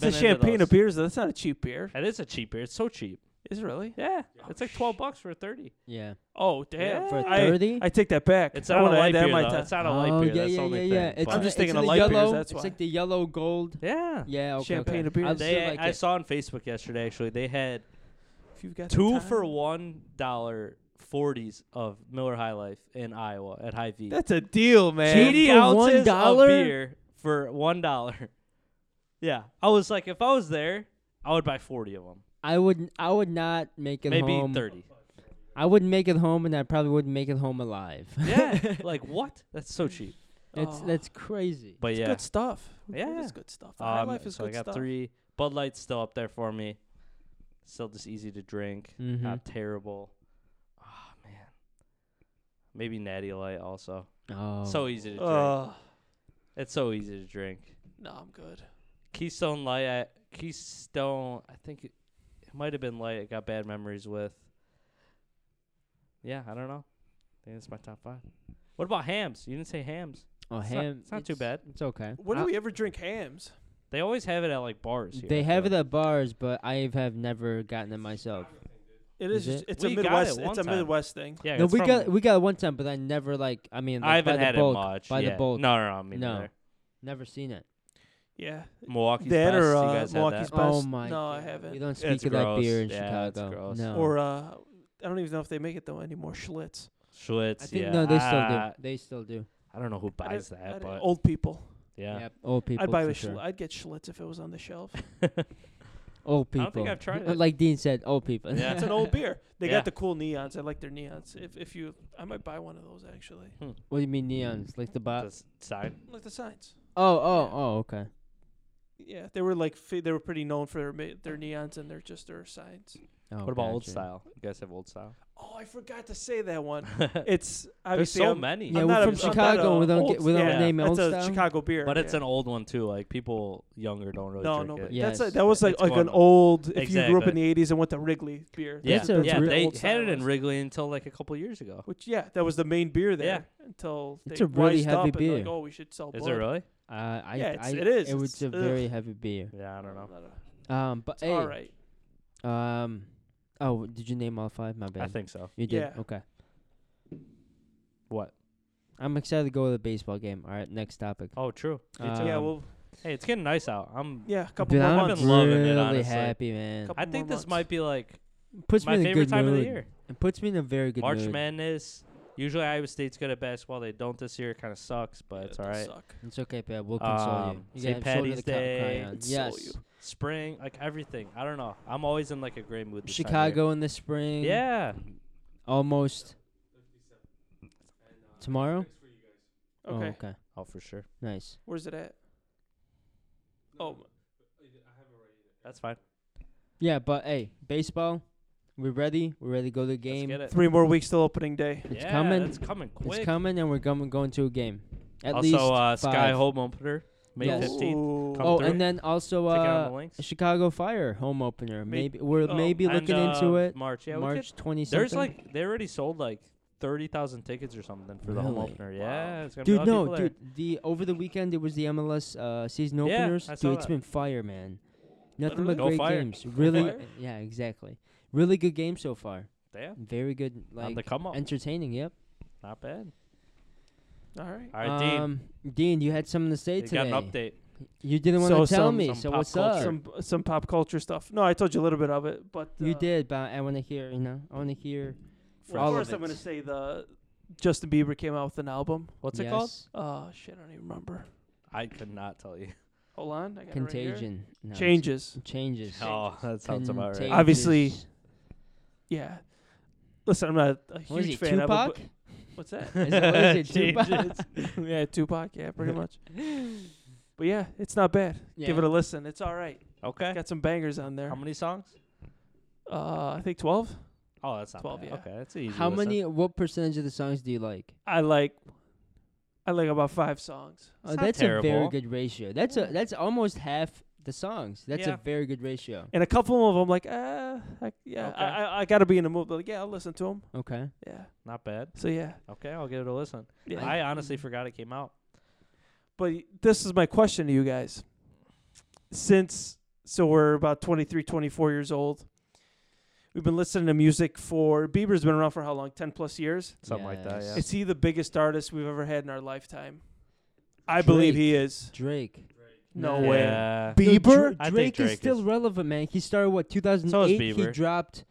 been a into champagne those. of beers. Though. That's not a cheap beer. That is a cheap beer. It's so cheap. Is it really? Yeah, it's like twelve bucks for a thirty. Yeah. Oh damn! For I- thirty. I, take that back. It's I not a wanna add light that in beer. my though. top- It's not a light oh beer. yeah, That's the yeah, only yeah, yeah. thing. It's but- I'm just it's thinking the of light beers, yellow, that's It's why. like the yellow gold. yeah. Yeah. Okay. Champagne okay. of beers. I I They, still like I it. saw on Facebook yesterday. Actually, they had If you've got the two time. for one dollar forties of Miller High Life in Iowa at High V. That's a deal, man. Cheap Eighty for ounces of $1? beer for one dollar. <laughs> Yeah, I was like, if I was there, I would buy forty of them, I would I would not make it maybe home. thirty. I wouldn't make it home, and I probably wouldn't make it home alive. <laughs> <laughs> Yeah, like what? That's so cheap. That's Oh. that's crazy. But yeah, Good stuff. Yeah. It's good stuff. The high Um, life is so good I got stuff. three. Bud Light's still up there for me. Still just easy to drink. Mm-hmm. Mhm. Not terrible. Oh man. Maybe Natty Light also. oh, So easy to drink. Uh, it's so easy to drink. no, I'm good. Keystone Light. I, Keystone. I think it, it might have been Light. I got bad memories with. Yeah, I don't know. I think that's my top five. What about hams? You didn't say hams. oh, it's not- ham. it's not too bad. It's okay. When I- do we ever drink hams? They always have it at like bars. Here, they have it at bars, but I have never gotten it myself. It Is is. just- it? It's We a got it Midwest. one it's a time. Midwest thing. Yeah, no, it's we from- got we got it one time, but I never like. I mean, like, I by haven't the had bulk, it much. by yeah. the bulk. No, no, no. Me No. neither. Never seen it. Yeah. Milwaukee's That best. or, you uh, guys Milwaukee's had that. Best- Oh my. no, I God. haven't. We don't speak It's of that beer in gross. Yeah, it's Chicago. gross. No. Or uh, I don't even know if they make it though anymore. Schlitz. Schlitz. I think yeah. no, they still Ah, do. They still do. I don't know who I buys don't- I that, don't- but old people. yeah. Yep. Old people. I'd buy for a sure. Schl- I'd get Schlitz if it was on the shelf. Old people. don't think I've tried it. Like Dean said, old people. <laughs> Yeah. it's an old beer. They Yeah. got the cool neons. I like their neons. If if you, I might buy one of those actually. <laughs> what do you mean neons? Like the The bot? s- sign. Like the signs. Oh, oh, oh. Okay. Yeah, they were like fa- they were pretty known for their ma- their neons and their just their signs. Oh, What about old gotcha. style? You guys have old style? Oh, I forgot to say that one. <laughs> There's It's obviously so I'm- many. Yeah, I'm we're not a- I'm from not Chicago. a We don't old- get we don't yeah, name it that's old a style. Chicago beer. but it's yeah. an old one too. Like people younger don't really no, Oh, drink no, it. but Yeah. that's Yes. a, that was like It's like gone an now. old. If you grew up in Exactly. the '80s and went to Wriggly beer, yeah, That's a- yeah. that's what They old had style it in was. Wrigley until like a couple years ago. Which yeah, that was the main beer there Yeah. until they It's a really wised heavy up beer. And like, oh, we should sell. Is Bud. it really? Uh, I, Yeah, it's- I, it is. It was It's- a ugh. very heavy beer. Yeah, I don't know. Um, but It's hey, all right. um, oh, did you name all five? My bad. I think so. you did. Yeah. Okay. What? I'm excited to go to the baseball game. All right, next topic. Oh, true. Uh, yeah, um, well, Hey, it's getting nice out. I'm. yeah, a couple Dude, more I'm months. been loving it, really honestly. happy, man. Couple I more think this months. might be like puts my me in a favorite good time mood. of the year. It puts me in a very good March mood. Madness. Usually Iowa State's good at basketball. They don't this year. It kind of sucks, but Yeah, it's it all does right. suck. It's okay, Pat. We'll console Um, you. You St. gotta have shoulder Patty's to cry- Day. cry on. Console Yes. you. Spring, like everything. I don't know. I'm always in like a great mood. This time of year. Chicago in the spring. Yeah. Almost. Tomorrow. Okay, Oh, okay. Oh, for sure. Nice. where's it at? Oh, That's fine. Yeah, but hey, baseball. We're ready. We're ready to go to the Let's game. get it. Oh, three more weeks till opening day. It's Yeah, coming. It's coming quick. It's coming, and we're going going to a game. At also, least uh, Sky five. Home opener, May Yes. 15th. Ooh. come Oh, through. and then also Check out uh, the links. Chicago Fire home opener. May- Maybe we're oh, maybe And, looking uh, into it. March. Yeah, we could- March twenty something. There's like they already sold like thirty thousand tickets or something for the home Really? opener. Yeah, it's gonna be a dude, lot of no, people there. dude. The over the weekend it was the MLS uh, season Yeah, openers. I saw dude, it's that. been fire, man. Nothing Literally. but Go great Fire. games. Really, Fire. yeah, exactly. Really good game so far. Damn, Very good, on like the come up, entertaining. Yep. not bad. All right. All right, Dean, um, Dean, you had something to say you today. got an update. You didn't want So to tell some- me. some so pop what's culture. up? Some some pop culture stuff. No, I told you a little bit of it, but uh, you did, but I want to hear. You know, I want to hear. Well, all of first, I'm it. gonna say the Justin Bieber came out with an album. What's yes, it called? Uh shit, I don't even remember. I could not tell you. <laughs> Hold on, I got It right here. Contagion. No, it's- Changes. Changes. Oh, that sounds about right. Obviously- Contagious. Yeah. Listen, I'm not a What <laughs> is huge he, fan Tupac? of it. but- What's that? <laughs> Is it- what is it, Tupac? yeah, Tupac. Yeah, <laughs> pretty much. But yeah, it's not bad. Give Yeah. it a listen. It's all right. Okay. Got some bangers on there. How many songs? Uh, I think 12. Oh, that's not 12, bad. yeah. Okay, that's easy. How listen. many? What percentage of the songs do you like? I like, I like about five songs. Oh, It's not that's a very terrible. good ratio. That's a that's almost half the songs. That's Yeah. a very good ratio. And a couple of them, like, ah, I, yeah, Okay. I, I, I got to be in the mood. But like, yeah, I'll listen to them. Okay. Yeah. Not bad. So yeah, Okay, I'll give it a listen. yeah. I honestly forgot it came out. But y- this is my question to you guys. Since so we're about 23, 24 years old. We've been listening to music for Bieber's been around for how long? 10 plus years. Something like that. Yes. Yeah. It's- Is he the biggest artist we've ever had in our lifetime? I believe he is. Drake. No Yeah. way. Yeah. Dude, Dra- Bieber? I think Drake, is Drake still is- relevant, man. He started what 2008. He Bieber. dropped.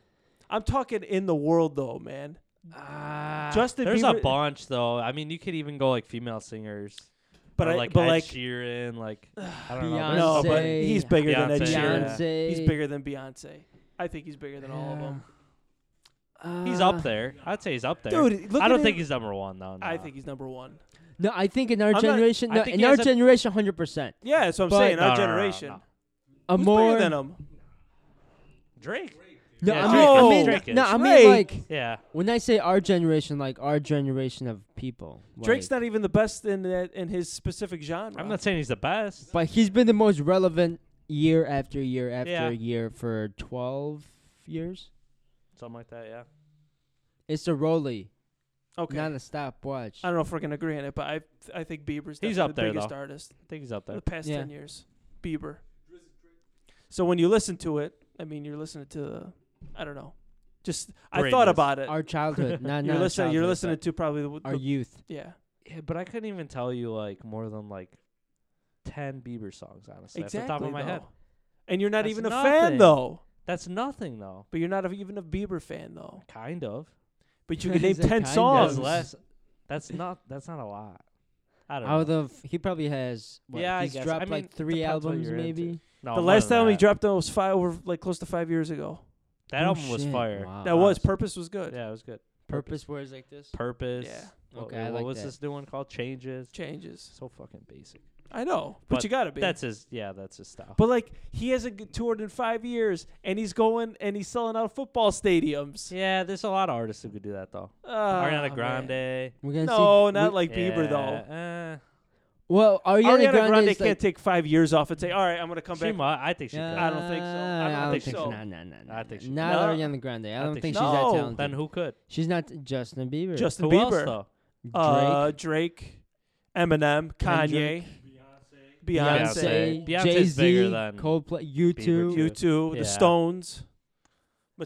I'm talking in the world though, man. Uh, Justin There's a Bieber bunch though. I mean, you could even go like female singers. But Or, I like but Ed like Sheeran, <sighs> like I don't know. no, but Beyonce. he's bigger than Ed Beyonce, Sheeran. yeah. Beyonce. He's bigger than Beyonce. I think he's bigger than all of them. Uh, He's up there. I'd say he's up there. Dude, look I at don't him. think he's number one though. I nah. think he's number one. No, I think in our not- generation, I no, think in he our has a- generation, hundred percent. Yeah, that's what I'm But- saying. Our No, no, no, no, generation. no. A Who's more bigger than him? Drake. no, Yeah, I mean, I Drake mean, is. Drake is. no, I mean, like Yeah. when I say our generation, like our generation of people. Drake's like- not even the best in that in his specific genre. I'm not saying he's the best. but he's been the most relevant year after year after Yeah. year for twelve years. Something like that. Yeah. It's a rolly, okay. not a stopwatch. I don't know if we're gonna agree on it, but I I think Bieber's He's definitely up the there, biggest though. artist I think he's up of there. the past Yeah. ten years. Bieber. So when you listen to it, I mean, you're listening to the, I don't know, just I thought Greatness. about it. Our <laughs> childhood, not you're not listening. You're childhood, listening but to probably the, our the- youth. yeah. Yeah, but I couldn't even tell you like more than like ten Bieber songs, honestly. Exactly. off the top of my head. though. And you're not That's even a fan nothing. though. That's nothing though. But you're not a- even a Bieber fan though. Kind of. But you can name Is it ten kind of? songs. That's less. That's not. That's not a lot. I don't. Out know. of he probably has what, Yeah, I he's guess. I dropped mean, like three depends what albums you're into. maybe. No, the more last than album he that. dropped those five over like close to five years ago. That Oh, album was shit, fire. wow. that was honestly. Purpose was good. Yeah, it was good. Purpose words like this. Purpose. Yeah. What, Okay, I what like was that. this new one called? Changes. Changes. So fucking basic. I know, but, But you gotta be. That's his. Yeah, that's his style. but like he hasn't g- toured in five years, and he's going and he's selling out football <laughs> stadiums. yeah, there's a lot of artists who could do that though. Ah, Ariana man. Grande. We're gonna see. No, we- not like Bieber though. yeah, eh, Well, Ariana, Ariana Grande is, can't like, take five years off and say, "All right, I'm gonna come she back." mu- I think she could. I don't think so. I don't think so. No, no, no, no. I think she- not No. Ariana Grande. I, I don't think think she- she's that No. talented. Then who could? She's not Justin Bieber. Justin Who else Bieber, though? Drake, Uh, Drake, Eminem, Kanye, Kendrick, Beyonce, Beyonce. Beyonce, Beyonce's Jay Z, bigger than Coldplay, Bieber, U2. too. U two, Yeah. The Stones, Yeah,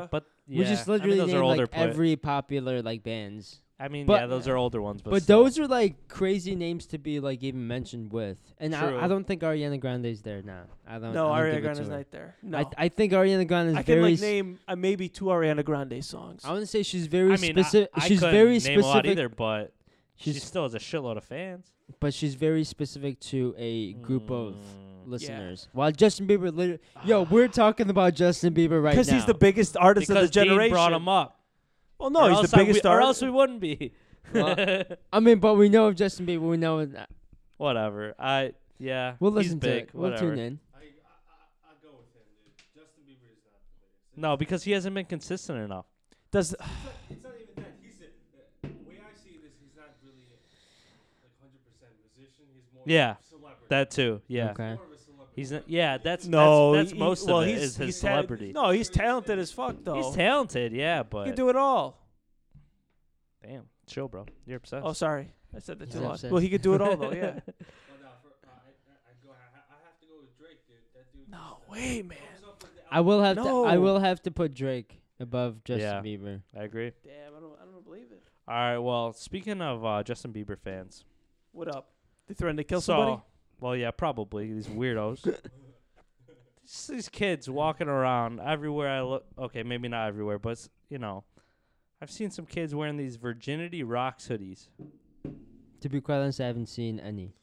Metallica. but yeah. We just I mean, literally those are named, older like play- every popular like bands. I mean, but- yeah, those are older ones, but But still. those are like crazy names to be like even mentioned with. And True. I, I don't think Ariana Grande's there now. I don't. no, I don't give Ariana it Grande's to her. not there. No, I, I think Ariana Grande is I can very. like s- name uh, maybe two Ariana Grande songs. I want to say she's very I mean, I- specific. I she's couldn't very name specific. a lot either, but she She's still has a shitload of fans. but she's very specific to a group of Mm. Ah. listeners. While Justin Bieber, literally, yo, we're talking about Justin Bieber right now. because he's the biggest artist because of the generation. Dean brought him up. Well, or no, he's else the I- biggest we, or else artist. we wouldn't be. <laughs> Well, I mean, but we know of Justin Bieber. We know. it- Whatever. I yeah. We'll he's listen to big, it. We'll whatever. tune in. No, because he hasn't been consistent enough. Does It's not even that. He's a, the way I see it is he's not really a, like hundred percent musician. He's more Yeah, celebrity. that too. Yeah. Okay. More of a celebrity. He's n- yeah. That's no? That's, that's he- most well, of it he's, is his he's ta- celebrity. no, he's talented as fuck though. he's talented. Yeah, he but can do it all. damn, chill, bro. You're obsessed. Oh, sorry, I said that He's too loud. upset. Well, he could do it <laughs> all though. Yeah. But uh, for, uh, I, I- I'd go. I, ha- I have to go with Drake, dude. That dude. no way, man. comes up with the I will have to. I No. will have to put Drake above Justin Yeah. Bieber. I agree. Damn, I don't, I don't believe it. All right. Well, speaking of uh, Justin Bieber fans, What up? They threatened to kill so somebody. well, yeah, probably these <laughs> weirdos. Just these kids walking around everywhere I look. Okay, maybe not everywhere, but s- you know, I've seen some kids wearing these virginity rocks hoodies. To be quite honest, I haven't seen any.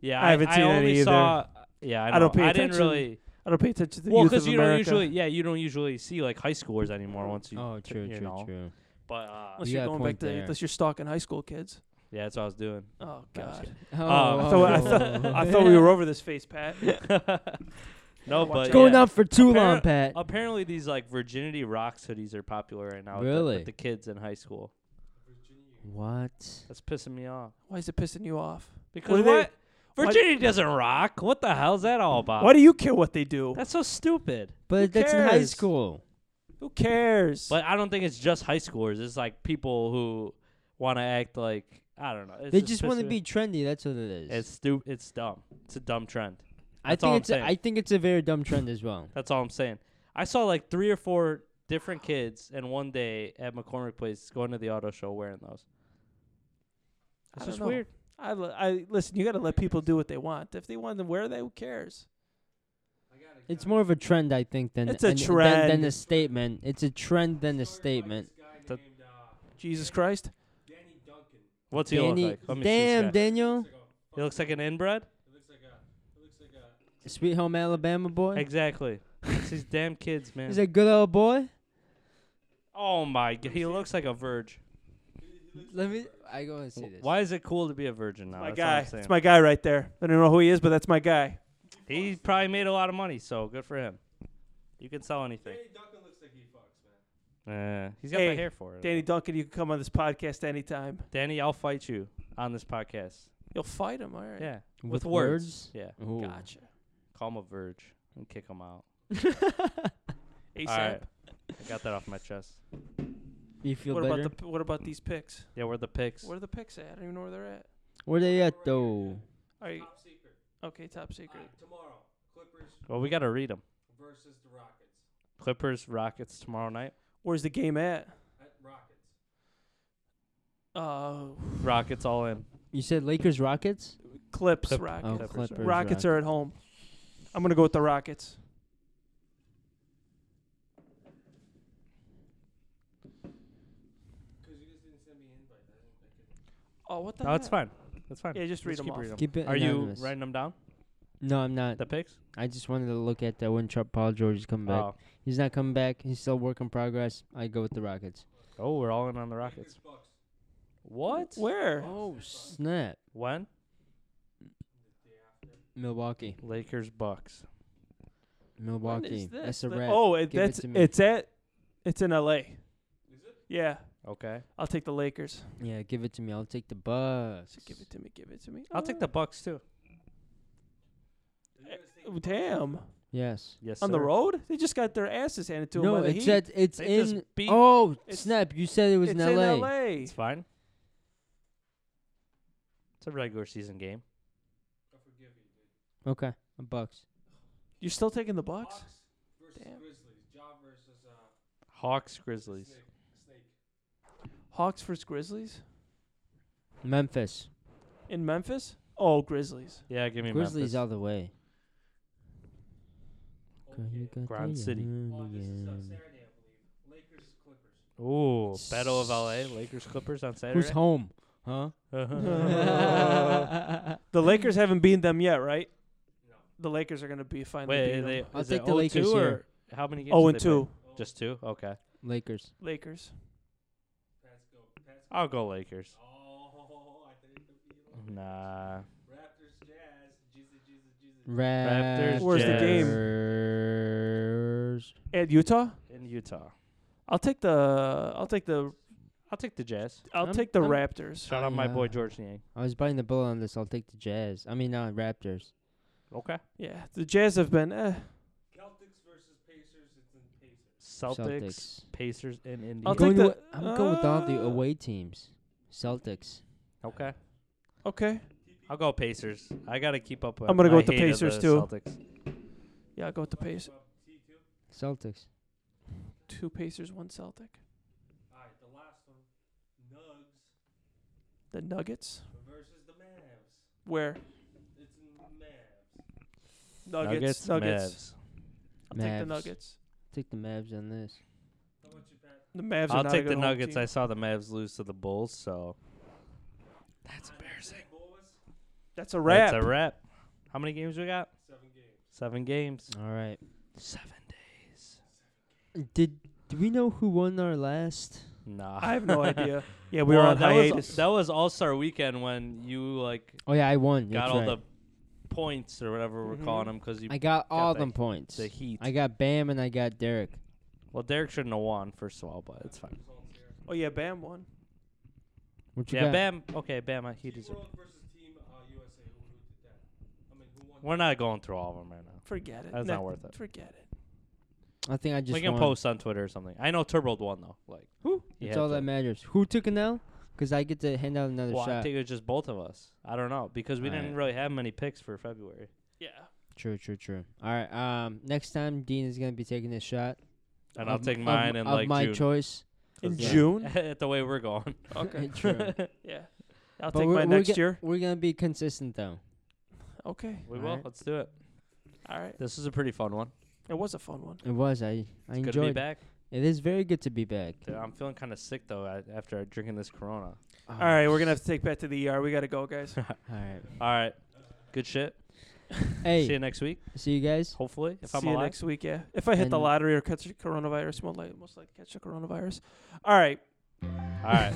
Yeah, I haven't seen only any either. Saw, yeah, I, I don't know. pay didn't attention. really. I don't pay attention to the Well, youth of because you don't America. usually, yeah, you don't usually see like high schoolers anymore. Once you, Oh, true, you true, know. true. but uh, unless You you are got a going back point to there. unless you're stalking high school kids. yeah, that's what I was <laughs> doing. Oh No, I'm just God. I Oh, thought, I, <laughs> thought, I <laughs> thought we were over this face, Pat. no, Watch but out. going yeah. on for too Appar- long, Pat. Apparently, these like virginity rocks hoodies are popular right now. with, the, Really? with the kids in high school. What? That's pissing me off. Why is it pissing you off? Because do they- what? Virginity doesn't rock. What the hell's that all about? Why do you care what they do? That's so stupid. But that's in high cares? school. Who cares? But I don't think it's just high schoolers. It's like people who want to act like I don't know. It's They just want want to be trendy. That's what it is. It's stu- It's dumb. It's a dumb trend. I that's all I'm think it's. saying. A, I think it's a very dumb trend as well. That's all I'm saying. I saw like three or four different kids in one day at McCormick Place going to the auto show wearing those. It's I don't just know. weird. I, li- I listen. You got to let people do what they want. If they want to wear that, who cares? It's more of a trend, I think, than It's a than- than, than trend. a statement. It's a trend than a statement. That- Jesus Christ. Danny Duncan. What's he look Danny, like? Let me see this damn guy. Daniel, He looks like an inbred. It looks like a. It looks like a. Sweet Home Alabama boy. Exactly. It's these damn kids, man. He's a good old boy. oh my god, he looks like a virg. Let me. I go and see this. Why is it cool to be a virgin now? my That's all I'm guy. saying. It's my guy right there. I don't know who he is, but that's my guy. he probably made a lot of money, so good for him. You can sell anything. Danny Duncan looks like he fucks, man. Uh, he's got Hey, the hair for it. Danny Duncan, you can come on this podcast anytime. Danny, I'll fight you on this podcast. You'll fight him, all right. Yeah, with, words. Yeah, Ooh. Gotcha. call him a virg and kick him out. <laughs> ASAP. All right, I got that off my chest. <laughs> You feel What better? about the p- what about these picks? Yeah, where are the picks? Where are the picks at? I don't even know where they're at. Where they at though? Are you Top secret. okay? Top Uh, secret. tomorrow, Clippers Well, we got to read them. versus the Rockets. Clippers, Rockets tomorrow night. Where's the game at? At Rockets. Uh, Rockets all in. You said Lakers Rockets. Clips. Clip- Rockets. Oh, Clippers. Clippers. Rockets are at home. I'm gonna go with the Rockets. Because you guys didn't send me an invite. I didn't I could. Oh, what the? No, it's heck? fine. It's fine. Yeah, just read Let's 'em keep off. reading 'em. Keep it Are you anonymous. writing them down? No, I'm not. The picks? I just wanted to look at that when Trump Paul George is coming back. Oh. He's not coming back. He's still work in progress. I go with the Rockets. Oh, we're all in on the Rockets. Bucks. What? Where? Oh snap! When? Milwaukee, Lakers Bucks. When is Milwaukee. this? That's a That- wrap. Oh, it, Give it that's to me. it's at it's in L.A. Is it? Yeah, Okay. I'll take the Lakers. Yeah, give it to me. I'll take the Bucks. So give it to me. Give it to me. I'll take Uh, the Bucks too. Did you guys take Oh, damn. Yes. Yes. On the sir. road, they just got their asses handed to them. No, by the it Heat. said it's They just in. beat- Oh It's- snap! You said it was it's in L.A. in L.A. It's fine. It's a regular season game. I forgive you, dude. Okay, Bucks. You're still taking the Bucks? Hawks versus Damn. Grizzlies. Ja versus uh, Hawks Grizzlies. Snake. Snake. Hawks versus Grizzlies Memphis. in Memphis? Oh, Grizzlies. Yeah, give me Memphis. Grizzlies all the way. Okay. Ground City. Oh, this is uh, Saturday, I believe. Lakers Clippers. Ooh, Battle of LA, Lakers Clippers on <laughs> Who's Saturday. home? Huh? <laughs> The Mm-hmm. Lakers haven't beaten them yet, right? No. The Lakers are going to be finally Wait, beating are they, them. I'll is it take the Lakers 0-2 or here. how many games? 0 have and they played? 2. Oh, Just two? Okay. <laughs> Lakers. Lakers. Pats go. Pats go. I'll go Lakers. Oh, I think it could be you. Nah. Raptors Jazz. Jesus, Jesus, Jesus. Raptors. Where's the game? Jazz. At Utah? In Utah. I'll take the I'll take the I'll take the Jazz. I'll I'm- take the I'm- Raptors. Shout out my boy Yeah. George Niang. I was biting the bullet on this. I'll take the Jazz. I mean, not Raptors. Okay. Yeah, the Jazz have been eh. Celtics versus Pacers. It's in Pacers. Celtics, Celtics. Pacers, and Indiana. I'll I'm take going, the- with, I'm going with all Ah. the uh, away teams. Celtics. okay. Okay. I'll go Pacers. I got to keep up with I'm gonna go my with the hate of Pacers, the too. Celtics. Yeah, I'll go with the Pacers. T2. Celtics. Two Pacers, one Celtic. All right, the last one. Nugs The Nuggets. versus the Mavs. Where? It's in Mavs. Nuggets. Nuggets. I'll take the Mavs. Nuggets. Take the Mavs on this. How about you, Pat? The Mavs are I'll not a take good the home Nuggets. team. I saw the Mavs lose to the Bulls, so That's embarrassing. Boys, That's a wrap. that's a wrap. How many games we got? seven games. Seven games. All right. Seven days. Did do we know who won our last? <laughs> Nah. I have no idea. Yeah, we were Well, on that hiatus. Was, that was All Star Weekend when you like Oh yeah, I won. got That's all right. the points or whatever we're Mhm. calling them because you I got all the- them points. the Heat. I got Bam and I got Derek. well, Derek shouldn't have won first of all, but it's fine. Results here. oh yeah, Bam won. What you Yeah, got? Bam. Okay, Bam. He Team deserved. World versus Team uh, USA. Who, who did that? I mean, who won? We're not going through all of them right now. Forget it. That's Nah, not worth it. Forget it. I think I just we can won. post on Twitter or something. I know Turbo won though. Like who? That's all that matters. Who took an L? Because I get to hand out another Well, I shot. think it was just both of us. I don't know because we All didn't right. really have many picks for February. Yeah. True, true, true. All right. Um, next time Dean is gonna be taking this shot. And I'll of- take of- mine in of like my June. <laughs> choice. In Yeah. June. At <laughs> the way we're going. <laughs> Okay. <laughs> True. <laughs> yeah. I'll But take we're- mine we're next get- year. We're gonna be consistent though. Okay. We All will. right. Let's do it. All right. This is a pretty fun one. It was a fun one. It was. I Good to I enjoyed. be it. back. It is very good to be back. Dude, I'm feeling kind of sick though I- after drinking this Corona. <laughs> All right, we're gonna have to take Pat to the ER. We gotta go, guys. Ah. All right. All right. Good shit. See you Hey, next week, see you guys. hopefully, if See I'm you alive. next week, yeah. If I hit the And- lottery or catch the coronavirus, most likely, most likely catch the coronavirus. All right. All <laughs> right.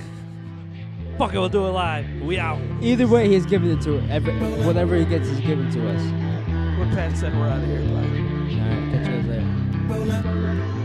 Fuck it, we'll do it live. We out. Either way, he's giving it to every, whatever he gets is given to us. What Pat said, we're out of here. Bye. All right, catch you guys later. Roll up.